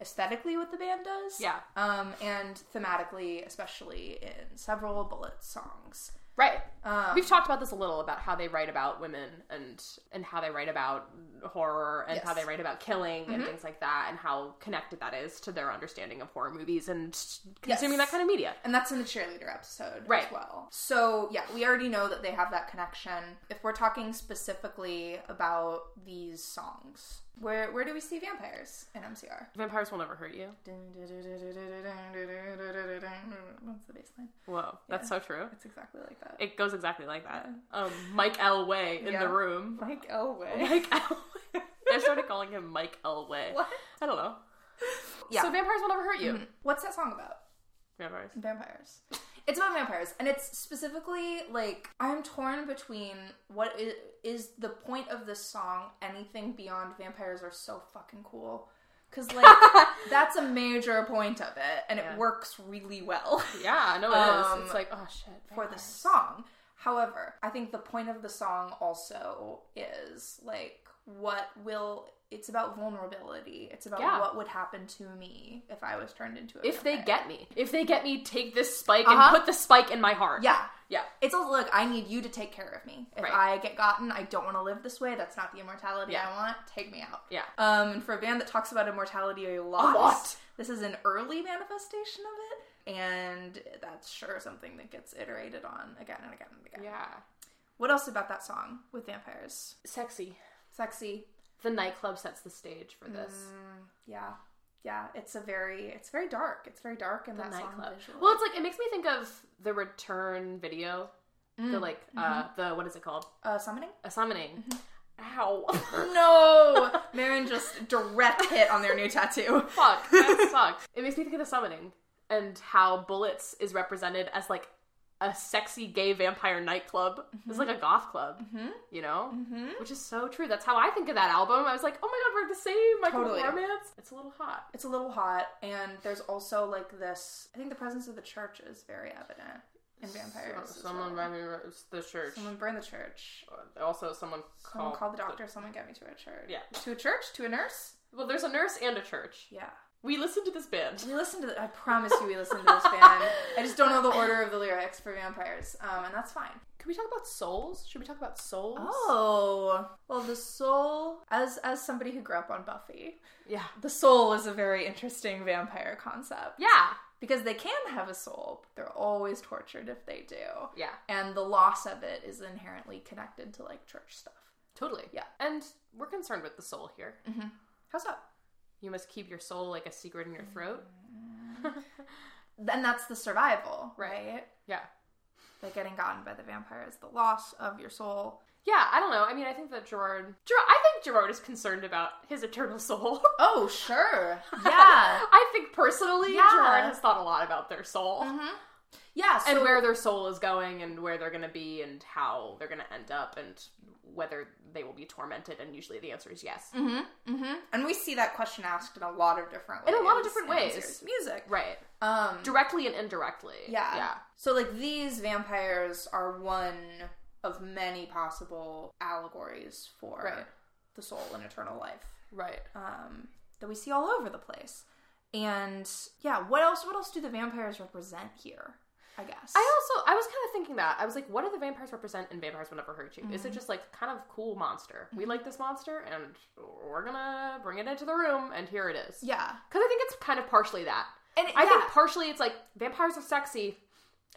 aesthetically what the band does.
Yeah.
Um, and thematically, especially in several bullet songs.
Right.
Um,
We've talked about this a little about how they write about women and and how they write about horror and how
Yes. Mm-hmm.
they write about killing and things like that and how connected that is to their understanding of horror movies and consuming
Yes.
that kind of media.
And that's in the cheerleader episode as
Right.
well. So, yeah, we already know that they have that connection. If we're talking specifically about these songs, where where do we see vampires in MCR?
Vampires will never hurt you.
That's the baseline.
Whoa, that's so true.
It's exactly like that.
It goes exactly like that. Um, Mike Elway in
Yeah.
the room.
Mike Elway.
Mike Elway. I started calling him Mike Elway.
What?
I don't know.
Yeah. Mm-hmm.
So vampires will never hurt you.
What's that song about?
Vampires.
Vampires. It's about vampires, and it's specifically like I'm torn between what is, is the point of this song. Anything beyond vampires are so fucking cool, because like that's a major point of it, and
Yeah.
it works really well
Yeah, no, it is.
Um,
It's like oh shit.
for the
vampires.
song. However, I think the point of the song also is like what will. It's about vulnerability. It's about
Yeah.
what would happen to me if I was turned into a
If they
vampire.
get me, if they get me, take this spike
Uh-huh.
and put the spike in my heart.
yeah
yeah.
it's also like I need you to take care of me. If
Right.
I get gotten, I don't want to live this way. That's not the immortality
Yeah.
I want. Take me out.
Yeah.
Um, and for a band that talks about immortality a lot,
A lot.
this is an early manifestation of it, and that's sure something that gets iterated on again and again and again.
Yeah.
What else about that song with vampires?
Sexy.
Sexy.
The nightclub sets the stage for this.
Mm, Yeah. Yeah. It's a very. It's very dark. It's very dark in that song
nightclub.
visually.
Well, it's like it makes me think of the return video.
Mm,
The like
mm-hmm.
uh the what is it called?
uh, summoning.
A summoning.
Mm-hmm.
Ow.
No, Marin just direct hit on their new tattoo.
Fuck. That sucks. It makes me think of the summoning and how bullets is represented as like a sexy gay vampire nightclub. It's like a goth club. You know?
Mm-hmm.
Which is so true. That's how I think of that album. I was like, oh my god, we're the same. Michael
Totally.
Romance. It's a little hot.
it's a little hot and there's also like this i think the presence of the church is very evident in vampires as
someone
well.
ran me the church. Uh,
someone burned the church
also, someone
someone
called,
called the doctor someone get me to a church
Yeah.
to a church to a nurse
Well, there's a nurse and a church.
Yeah.
We listened to this band.
We listened to. The, I promise you, we listened to this band. I just don't know the order of the lyrics for vampires, um, and that's fine.
Can we talk about souls? Should we talk about souls?
Oh, well, the soul. As as somebody who grew up on Buffy,
Yeah.
the soul is a very interesting vampire concept
Yeah.
because they can have a soul, but they're always tortured if they do,
Yeah.
and the loss of it is inherently connected to like church stuff.
Totally.
Yeah.
And we're concerned with the soul here.
How's up?
You must keep your soul like a secret in
Mm.
your throat.
Then that's the survival, right?
Yeah.
Like getting gotten by the vampire is the loss of your soul.
Yeah, I don't know. I mean, I think that Gerard. Gerard I think Gerard is concerned about his eternal soul.
Oh, sure. Yeah.
I think personally,
Yeah.
Gerard has thought a lot about their soul.
Mm-hmm. Yeah. So,
and where their soul is going and where they're going to be and how they're going to end up and whether they will be tormented and usually the answer is yes
Mm-hmm, mm-hmm. And we see that question asked in a lot of different
In
ways.
a lot of different
in
ways.
Sears music.
right
Um.
directly and indirectly
yeah.
yeah
So like these vampires are one of many possible allegories for
Right.
the soul and eternal life
right
um, that we see all over the place. And yeah, what else? What else do the vampires represent here? I guess.
i also i was kind of thinking that i was like what do the vampires represent in vampires will never hurt you is it
Mm-hmm.
just like kind of cool monster we like this monster and we're gonna bring it into the room and here it is
yeah.
because i think it's kind of partially that
And it,
i
yeah.
think partially it's like vampires are sexy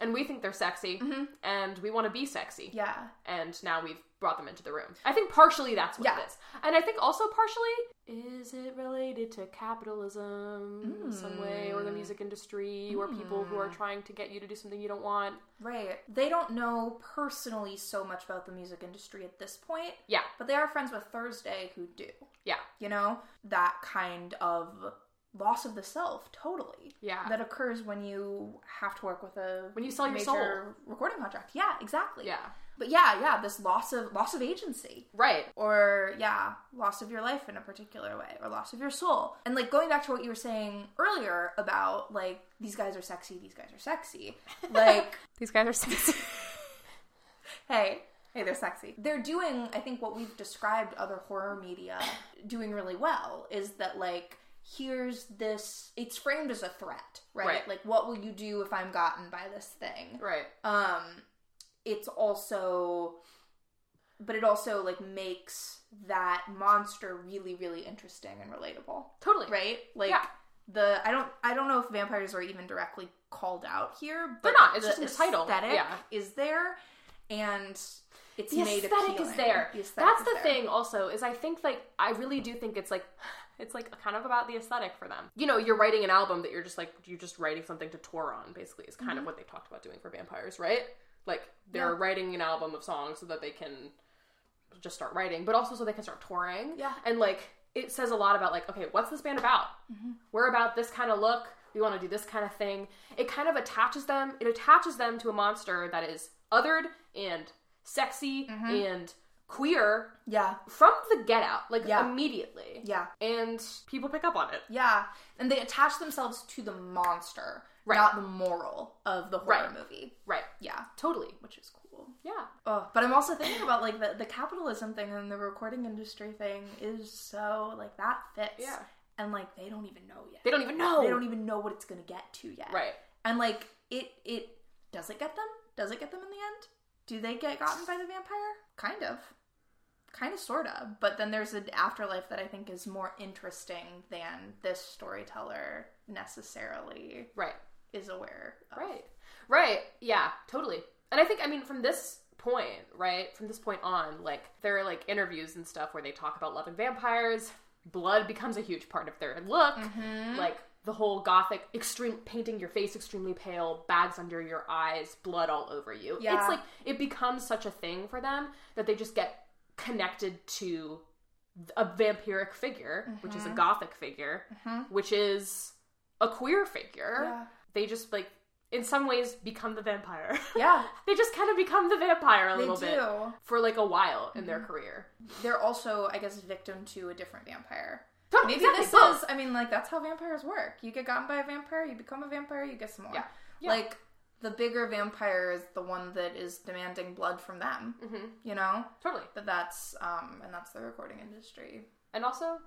and we think they're sexy and we want to be sexy
Mm-hmm. yeah.
and now we've brought them into the room. I think partially that's what
Yeah.
it is. And I think also partially is it related to capitalism in some way
Mm.
or the music industry or people who are trying to get you to do something you don't want.
Right. They don't know personally so much about the music industry at this point,
Yeah.
but they are friends with Thursday who do.
Yeah.
You know, that kind of loss of the self, totally.
Yeah.
That occurs when you have to work with a
When you sell your
major recording contract. Yeah, exactly.
Yeah.
But yeah, yeah, this loss of loss of agency
Right.
or yeah, loss of your life in a particular way, or loss of your soul. And like going back to what you were saying earlier about like these guys are sexy, these guys are sexy. Like,
These guys are sexy.
hey, hey, they're sexy. They're doing, I think, what we've described other horror media doing really well is that like here's this. It's framed as a threat, right?
Right.
Like, what will you do if I'm gotten by this thing?
right.
um it's also but it also like makes that monster really really interesting and relatable
Totally.
right like
Yeah.
the i don't i don't know if vampires are even directly called out here but
They're not. It's just
the
in the title.
aesthetic
Yeah.
is there and it's
The
made
aesthetic is
appealing.
there.
The aesthetic
That's
is
the
there.
thing also is I think like I really do think it's like it's like kind of about the aesthetic for them. You know, you're writing an album that you're just like you're just writing something to tour on basically is kind of what they talked about doing for vampires, right? Like they're
Yeah.
writing an album of songs so that they can just start writing, but also so they can start touring.
Yeah.
And like it says a lot about like, okay, what's this band about?
Mm-hmm.
We're about this kind of look. We want to do this kind of thing. It kind of attaches them. It attaches them to a monster that is othered and sexy
Mm-hmm.
and queer
yeah
from the get out, like
Yeah.
immediately.
yeah
And people pick up on it.
yeah and they attach themselves to the monster
Right.
not the moral of the horror
Right.
movie
Right.
yeah
Totally.
which is cool
Yeah.
Oh, but I'm also thinking about like the, the capitalism thing and the recording industry thing is so like that fits.
Yeah.
And like they don't even know yet.
They don't even know.
They don't even know what it's gonna get to yet.
Right.
And like it it does it get them? Does it get them in the end? Do they get gotten by the vampire? Kind of. Kind of sorta. But then there's an afterlife that I think is more interesting than this storyteller necessarily
Right.
is aware of.
Right. Right. Yeah, totally. And I think I mean from this point, right? From this point on, like there are like interviews and stuff where they talk about love and vampires. Blood becomes a huge part of their look.
Mm-hmm.
Like the whole gothic extreme painting your face extremely pale, bags under your eyes, blood all over you.
Yeah.
It's like it becomes such a thing for them that they just get connected to a vampiric figure, which is a
Mm-hmm.
gothic figure, which is a queer figure
Yeah.
they just like in some ways become the vampire.
Yeah.
they just kind of become the vampire a
They
little
do. Mhm.
bit for like a while in their career.
they're also, I guess, victim to a different vampire.
Totally,
Maybe
exactly,
this
both.
is, I mean, like, that's how vampires work. You get gotten by a vampire, you become a vampire, you get some more.
Yeah. Yeah.
Like, the bigger vampire is the one that is demanding blood from them,
Mhm.
you know?
totally.
But that's, um, and that's the recording industry.
And also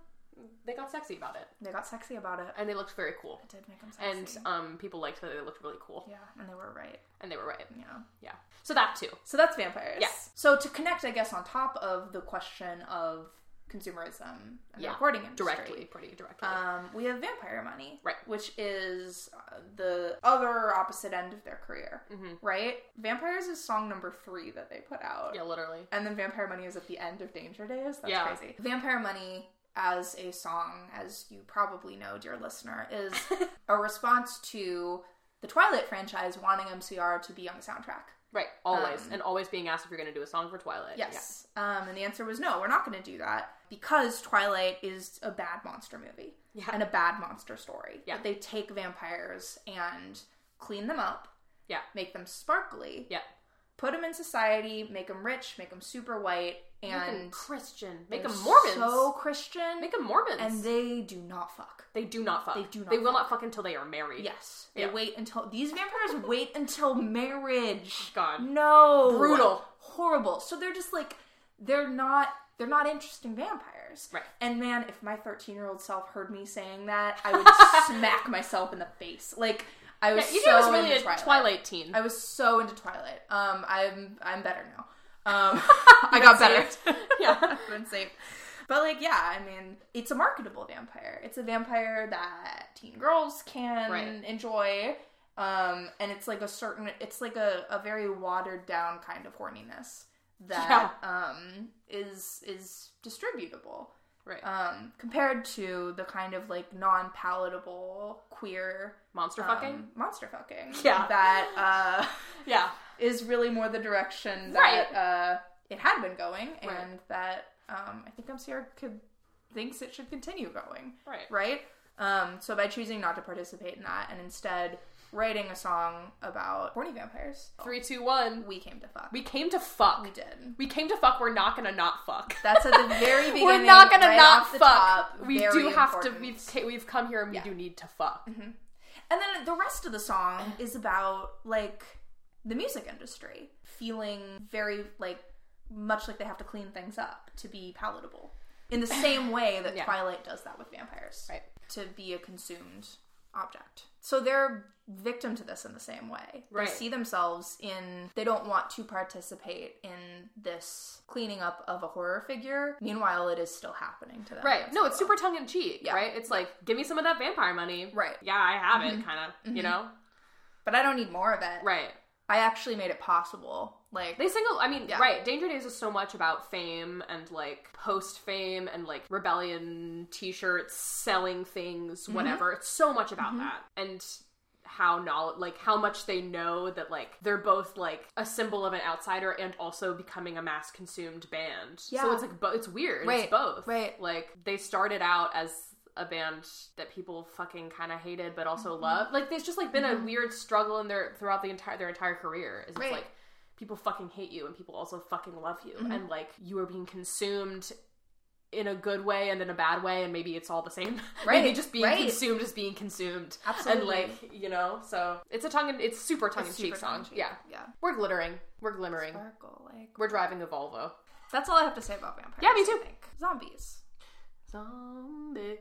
they got sexy about it,
They got sexy about it.
and they looked very cool.
It did make them sexy.
And um, people liked that they looked really cool,
yeah, and they were right.
and they were right.
Yeah.
Yeah. So that too.
So that's vampires.
Yeah.
So to connect, I guess, on top of the question of consumerism and the
Yeah,
recording industry.
Directly, pretty directly.
Um, we have vampire money,
Right.
Which is uh, the other opposite end of their career,
Mhm.
right? Vampires is song number three that they put out,
yeah, literally.
and then Vampire Money is at the end of Danger Days. That's
Yeah.
crazy. Vampire Money as a song, as you probably know, dear listener, is a response to the Twilight franchise wanting MCR to be on the soundtrack.
Right. Always.
Um,
and always being asked if you're going to do a song for Twilight.
Yes. Um, and the answer was no, we're not going to do that because Twilight is a bad monster movie
Yeah.
and a bad monster story.
Yeah.
But They take vampires and clean them up,
Yeah.
make them sparkly,
Yeah.
put them in society, make them rich, make them super white,
yeah. Make 'em
and
Christian. Make
they're
them Mormons.
So Christian.
Make them Mormons.
and they do not fuck.
They do not fuck.
They do not
They will not fuck until they are married.
Yes. They
Yeah.
wait until these vampires wait until marriage.
God.
No.
Brutal.
Horrible. So they're just like they're not they're not interesting vampires.
Right.
And man, if my 13-year-old self heard me saying that, I would smack myself in the face. Like I was
Yeah, you
so
was really
into
a Twilight,
Twilight.
teen.
I was so into Twilight. Um I'm I'm better now. Um I got better.
yeah.
I've been safe. But like, yeah, I mean, it's a marketable vampire. It's a vampire that teen girls can
Right.
enjoy. Um, and it's like a certain it's like a, a very watered down kind of horniness that um is is distributable.
Right.
Um, compared to the kind of like non palatable queer
Monster
um,
fucking.
monster fucking
Yeah.
that uh
Yeah.
is really more the direction that
Right.
uh, it had been going, and
Right.
that um, I think MCR could thinks it should continue going,
Right.
right? Um, so by choosing not to participate in that and instead writing a song about horny vampires,
Three, two, one.
we came to fuck.
We came to fuck.
We did.
We came to fuck. We're not gonna not fuck.
That's at the very beginning.
We're not gonna
right
not
off the
fuck.
top,
we do
very
have to.
important.
We've ca- we've come here and we
Yeah. Mm-hmm.
do need to fuck.
And then the rest of the song is about like the music industry feeling very like much like they have to clean things up to be palatable. In the same way that
Yeah.
Twilight does that with vampires.
Right.
To be a consumed object. So they're victim to this in the same way.
Right.
They see themselves in they don't want to participate in this cleaning up of a horror figure. Meanwhile it is still happening to them.
Right. No, it's super tongue in cheek.
Yeah.
Right. It's like give me some of that vampire money.
Right. Mm-hmm.
Yeah, I have it. Kind of. You know.
But I don't need more of it.
Right.
I actually made it possible. Like
They single. I mean,
Yeah.
right. Danger Days is so much about fame and like post fame and like rebellion T-shirts, selling things,
Mm-hmm.
whatever. It's so much about that and how knowledge, like how much they know that like they're both like a symbol of an outsider and also becoming a mass consumed band.
Yeah.
So it's like, bo- it's weird.
Right,
It's both.
right.
Like they started out as. A band that people fucking kind of hated, but also
Mm-hmm.
loved. Like there's just like been a weird struggle in their throughout the entire their entire career. Is
Right. Mm-hmm.
it's like people fucking hate you and people also fucking love you and like you are being consumed in a good way and in a bad way and maybe it's all the same
Right,
maybe just being
right.
consumed is being consumed
Absolutely.
and like you know so it's a tongue and it's super tongue in cheek
super
song
tongue-in-cheek.
yeah
yeah.
we're glittering we're glimmering
Sparkle, like
we're driving a volvo
that's all I have to say about vampires.
Yeah, me too.
I think. Zombies.
zombie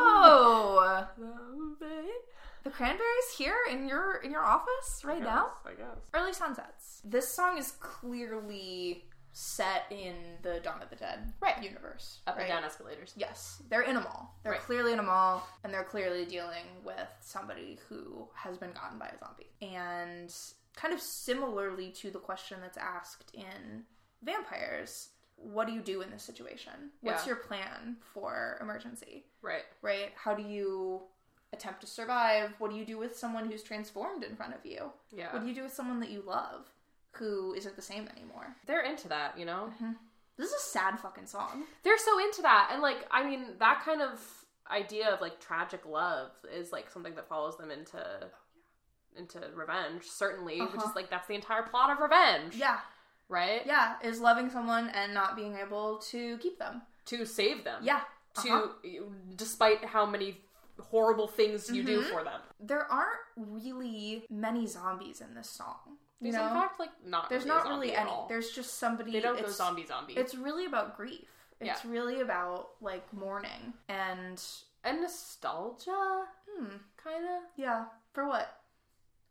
Whoa,
zombie
the Cranberries here in your in your office right now.
i guess
Early sunsets. This song is clearly set in the Dawn of the Dead
Right.
universe.
up
right?
and down escalators
Yes, they're in a mall. They're
Right.
clearly in a mall, and they're clearly dealing with somebody who has been gotten by a zombie. And kind of similarly to the question that's asked in Vampires, what do you do in this situation? What's
Yeah.
your plan for emergency?
right
Right? How do you attempt to survive? What do you do with someone who's transformed in front of you?
yeah
What do you do with someone that you love who isn't the same anymore?
they're into that you know
This is a sad fucking song.
they're so into that and like i mean that kind of idea of like tragic love is like something that follows them into into revenge certainly which
Uh-huh.
is like that's the entire plot of revenge
Yeah.
right
Yeah, is loving someone and not being able to keep them.
to save them
Yeah.
to
uh-huh. Mm-hmm.
despite how many horrible things you do for them
There aren't really many zombies in this song. You
there's
know?
in fact like not
There's
really a
not really
zombie at
any.
all.
There's just somebody
they don't
it's,
go zombie zombie
It's really about grief. It's really about like mourning and
And nostalgia,
hmm,
kind of.
yeah. For what?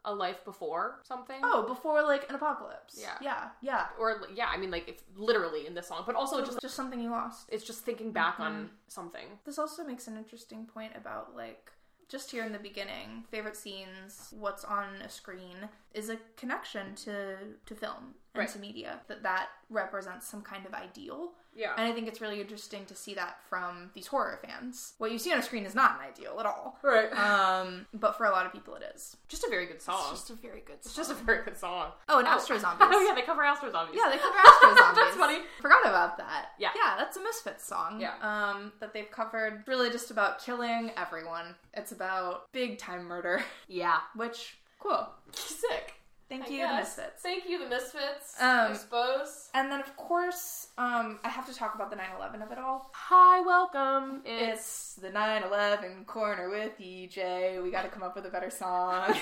A life before something.
Oh, before like an apocalypse.
Yeah.
Yeah. Yeah.
Or, yeah, I mean, like, if, literally in this song, but also Oh, just,
Just, just something you lost.
it's just thinking back
Mm-hmm.
on something.
This also makes an interesting point about like just here in the beginning, favorite scenes, what's on a screen is a connection to to film and
Right.
to media that that represents some kind of ideal.
Yeah.
And I think it's really interesting to see that from these horror fans. What you see on a screen is not an ideal at all.
right.
Um, but for a lot of people it is.
just a very good song.
It's just a very good
It's just a very good song.
Oh, and Astro Zombies.
Oh yeah, they cover Astro Zombies.
Yeah, they cover Astro Zombies.
That's funny.
Forgot about that.
Yeah.
Yeah, that's a Misfits song.
Yeah.
Um, that they've covered really just about killing everyone. It's about big time murder,
Yeah.
which, cool.
Sick.
Thank
I
you, the
guess.
Misfits.
Thank you, the Misfits. I
Um,
suppose.
And then, of course, um, I have to talk about the 9 11 of it all.
Hi, welcome.
It's the 9 11 corner with EJ. We gotta come up with a better song.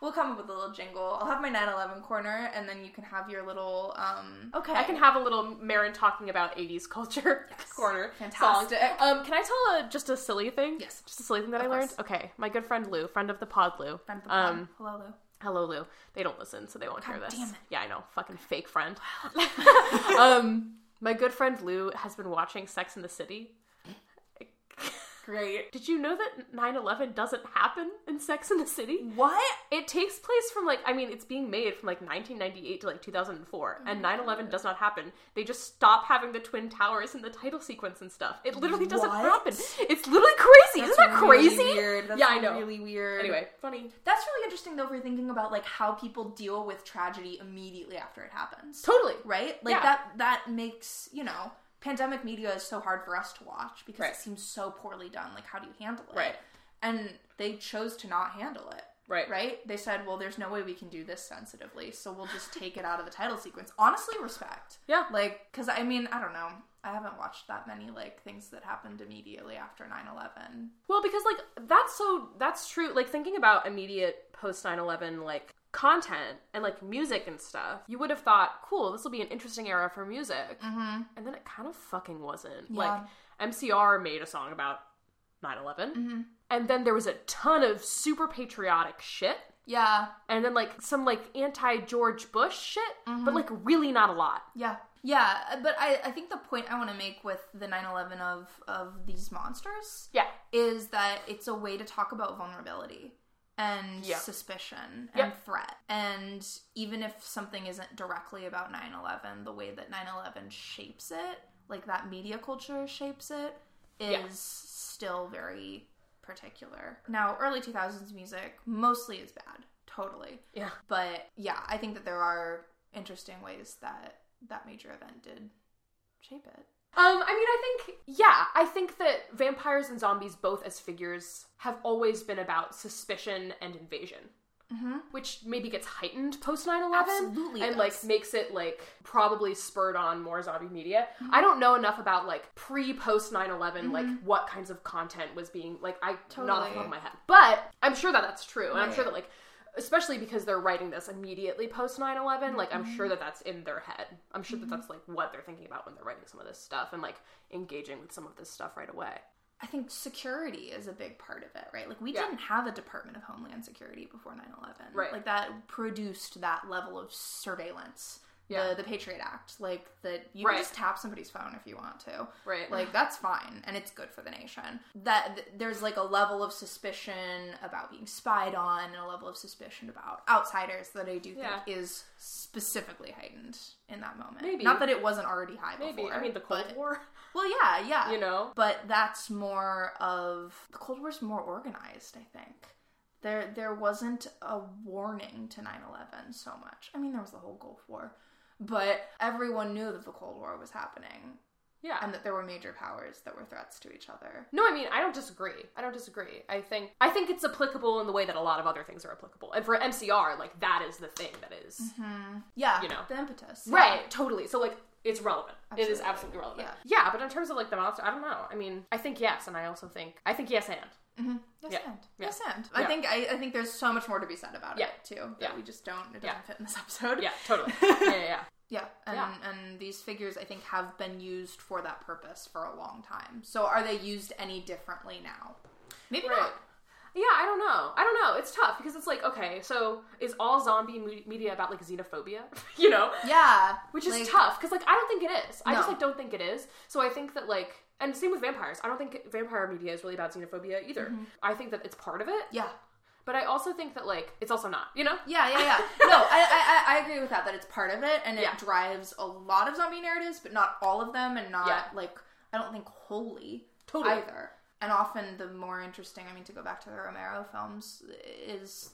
we'll come up with a little jingle. I'll have my 9 11 corner, and then you can have your little. Um,
okay. I can have a little Marin talking about '80s culture corner.
Fantastic.
song. Um, can I tell a, just a silly thing?
Yes.
Just a silly thing that I
Of
learned.
course.
Okay, my good friend Lou, friend of the pod, Lou.
Friend of the pod.
um,
Hello, Lou.
Hello, Lou. They don't listen, so they won't hear
God
this.
damn it.
Yeah, I know. Fucking fake friend. um, my good friend Lou has been watching Sex in the City.
Great.
Did you know that 9 11 doesn't happen in Sex in the City?
What?
It takes place from like, I mean, it's being made from like 1998 to like 2004, and 9 11 does not happen. They just stop having the Twin Towers in the title sequence and stuff. It literally doesn't
What?
happen. It's literally crazy. Isn't that
really
crazy?
Weird. That's
yeah, I know.
Really weird.
Anyway, funny.
that's really interesting though for thinking about like how people deal with tragedy immediately after it happens.
Totally.
Right? Like
Yeah.
that. That makes you know. Pandemic media is so hard for us to watch because
Right.
it seems so poorly done. Like, how do you handle it?
Right.
And they chose to not handle it.
Right.
Right? They said, well, there's no way we can do this sensitively, so we'll just take it out of the title sequence. Honestly, respect.
Yeah.
Like, because I mean, I don't know. I haven't watched that many, like, things that happened immediately after 9 11.
Well, because like that's so that's true. Like thinking about immediate post 9/11 like content and like music and stuff, you would have thought, cool, this will be an interesting era for music. Mm-hmm. And then it kind of fucking wasn't. Like
Yeah.
MCR made a song about 9/11, and then there was a ton of super patriotic shit.
Yeah.
And then like some like anti George Bush shit, but like really not a lot.
Yeah. Yeah. uh, But I, I think the point I want to make with the 9 11 of, of these monsters
Yeah,
is that it's a way to talk about vulnerability and
Yeah.
suspicion and
Yeah.
threat. And even if something isn't directly about 9 11, the way that 9 11 shapes it, like that media culture shapes it, is
Yeah.
still very particular. Now, early 2000s music mostly is bad. Totally.
yeah.
but yeah i think that there are interesting ways that that major event did shape it
Um, I mean, I think, yeah, I think that vampires and zombies, both as figures, have always been about suspicion and invasion,
mm-hmm.
which maybe gets heightened post 9 11
absolutely
and
it
like
does.
makes it like probably spurred on more zombie media.
Mm-hmm.
I don't know enough about like pre post 9 11, like what kinds of content was being like, I not off the
Totally.
top of my head, but I'm sure that that's true, and I'm sure
Right.
that like. Especially because they're writing this immediately post 9 11, like I'm
Mm-hmm.
sure that that's in their head. I'm sure that that's like what they're thinking about when they're writing some of this stuff and like engaging with some of this stuff right away.
i think security is a big part of it right like we
Yeah.
didn't have a department of homeland security before 9-11
Right.
like that produced that level of surveillance
Yeah.
the, the patriot act like that you
Right.
can just tap somebody's phone if you want to
Right. Like,
like that's fine and it's good for the nation that th- there's like a level of suspicion about being spied on and a level of suspicion about outsiders that i do think
Yeah.
is specifically heightened in that moment
Maybe.
not that it wasn't already high
maybe.
before
I mean, the Cold
but-
War,
well yeah yeah
you know?
but that's more of the cold war's more organized i think there there wasn't a warning to 9-11 so much i mean there was the whole gulf war but everyone knew that the cold war was happening
Yeah.
and that there were major powers that were threats to each other.
No, I mean I don't disagree. I don't disagree. I think I think it's applicable in the way that a lot of other things are applicable. And for MCR, like that is the thing that is-
Yeah,
You know.
the impetus,
right, totally. So like it's relevant. It is
Absolutely.
absolutely relevant. Yeah. but in terms of like the monster, I don't know. I mean, I think yes, and I also think I think yes and
hmm Yes,
Yeah.
and
Yeah.
yes, and
Yeah.
I think I, I think there's so much more to be said about
Yeah.
it too that
Yeah.
we just don't it doesn't
Yeah.
fit in this episode.
yeah, totally. yeah, yeah, yeah.
Yeah, and
Yeah.
and these figures I think have been used for that purpose for a long time. So are they used any differently now? Maybe
Right.
not.
Yeah, I don't know. I don't know. It's tough because it's like, okay, so is all zombie me- media about like xenophobia? you know,
Yeah,
which is
like,
tough because like I don't think it is. I just
No.
like don't think it is. So I think that like, and same with vampires. I don't think vampire media is really about xenophobia either.
Mm-hmm.
I think that it's part of it,
Yeah,
but I also think that like it's also not. You know?
yeah, yeah, yeah. no, I, I I- I agree with that. That it's part of it, and it
Yeah.
drives a lot of zombie narratives, but not all of them, and not
Yeah.
like I don't think wholly
Totally.
either. And often the more interesting, I mean, to go back to the Romero films, is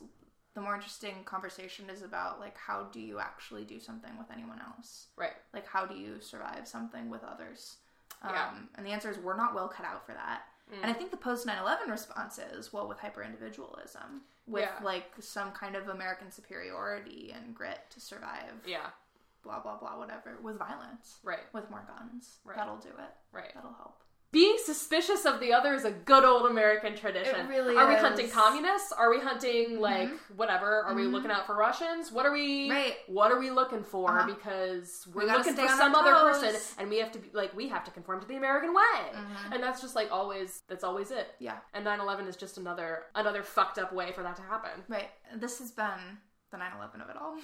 the more interesting conversation is about like how do you actually do something with anyone else.
Right.
like how do you survive something with others um,
Yeah. Mm.
and the answer is we're not well cut out for that and i think the post 9-11 response is well with hyper individualism with
Yeah.
like some kind of american superiority and grit to survive
Yeah.
blah blah blah whatever with violence
Right.
with more guns
Right.
that'll do it
Right.
that'll help
Being suspicious of the other is a good old American tradition.
It really
Are we
is. Mm-hmm.
hunting communists? Are we hunting like whatever? Are we
Mhm.
looking out for Russians? What are we
Right.
what are we looking for?
Uh-huh.
Because
We
we're
gotta
looking
stay
for
on
some
our
other
toes.
person and we have to be like we have to conform to the American way.
Mm-hmm.
And that's just like always that's always it.
yeah
And 9/11 is just another another fucked up way for that to happen.
right this has been the 9-11 of it all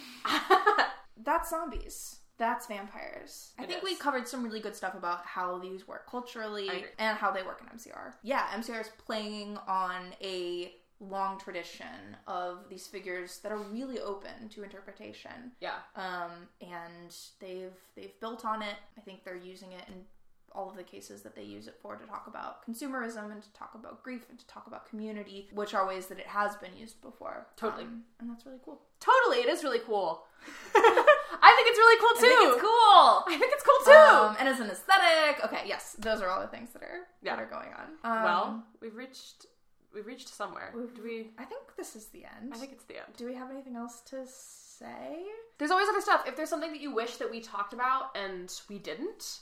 that's zombies. That's vampires. I
It
think we
is.
covered some really good stuff about how these work culturally
I agree.
and how they work in MCR. Yeah, MCR is playing on a long tradition of these figures that are really open to interpretation.
yeah.
Um, and they've they've built on it. I think they're using it in all of the cases that they use it for to talk about consumerism and to talk about grief and to talk about community, which are ways that it has been used before.
Totally.
Um, and that's really cool.
Totally, it is really cool. I think it's really cool too.
I think it's cool.
I think it's cool too.
Um, and as an aesthetic. Okay, yes, those are all the things that are
Yeah.
that are going on. Um,
well, we've reached we've reached somewhere. Do we
I think this is the end.
I think it's the end.
Do we have anything else to say?
There's always other stuff. If there's something that you wish that we talked about and we didn't,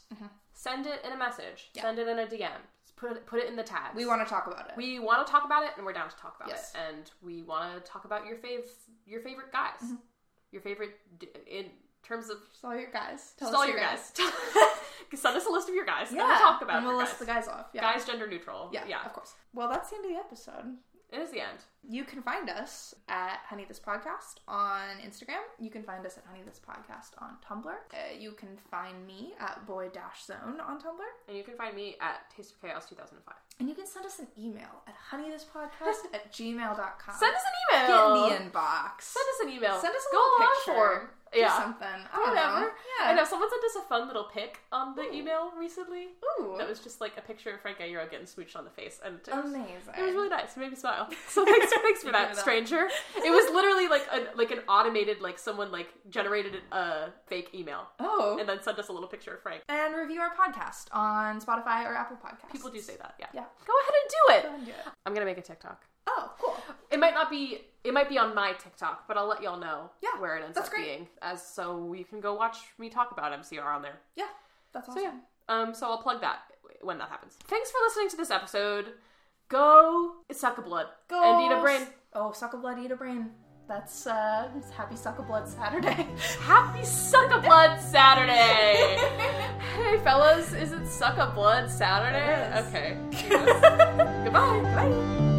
send it in a message.
Mm-hmm. Yeah.
Send it in a DM. Put it, put it in the tags.
We want to talk about it.
we want to talk about it, and we're down to talk about
Yes.
it. And we want to talk about your fav your favorite guys,
Mm-hmm.
your favorite d- in terms of
just all your guys.
just
us
all your guys. send us a list of your guys.
Yeah,
and we'll talk about
and we'll
your
list
guys.
the guys off. Yeah.
Guys, gender neutral.
Yeah,
yeah.
of course. Well, that's the end of the episode.
It is the end.
You can find us at Honey This Podcast on Instagram. You can find us at Honey This Podcast on Tumblr. Uh, you can find me at Boy Dash Zone on Tumblr.
And you can find me at Taste of Chaos 2005.
And you can send us an email at honeythispodcast at gmail.com.
Send us an
Get
email.
in the inbox.
Send us an email.
Send us a
Go
little
long
picture.
form.
Do
yeah.
something. I don't know.
Whatever.
Yeah.
I know someone sent us a fun little pic on the email recently.
Ooh.
That was just like a picture of Frank Gallero getting smooched on the face, and it was,
amazing.
it was really nice. It made me smile. So thanks, thanks for
You
that,
give it up.
stranger. It was literally like a, like an automated like someone like generated a fake email
oh.
and then sent us a little picture of Frank.
And review our podcast on Spotify or Apple Podcasts.
People do say that, yeah.
Yeah.
Go ahead and
Go
do it.
and do it.
I'm gonna make a TikTok.
Oh, cool.
It might not be. It might be on my TikTok, but I'll let y'all know
Yeah,
where it ends
that's
up
great.
being, as so you can go watch me talk about MCR on there.
Yeah. That's awesome.
So yeah, um, so I'll plug that when that happens. Thanks for listening to this episode. Go suck a blood
Go.
and eat a brain.
Oh, suck a blood, eat a brain. That's uh, it's happy suck a blood Saturday.
Happy suck a blood Saturday. hey fellas, is it suck a blood Saturday?
It is.
Okay. Jesus. Goodbye.
Bye.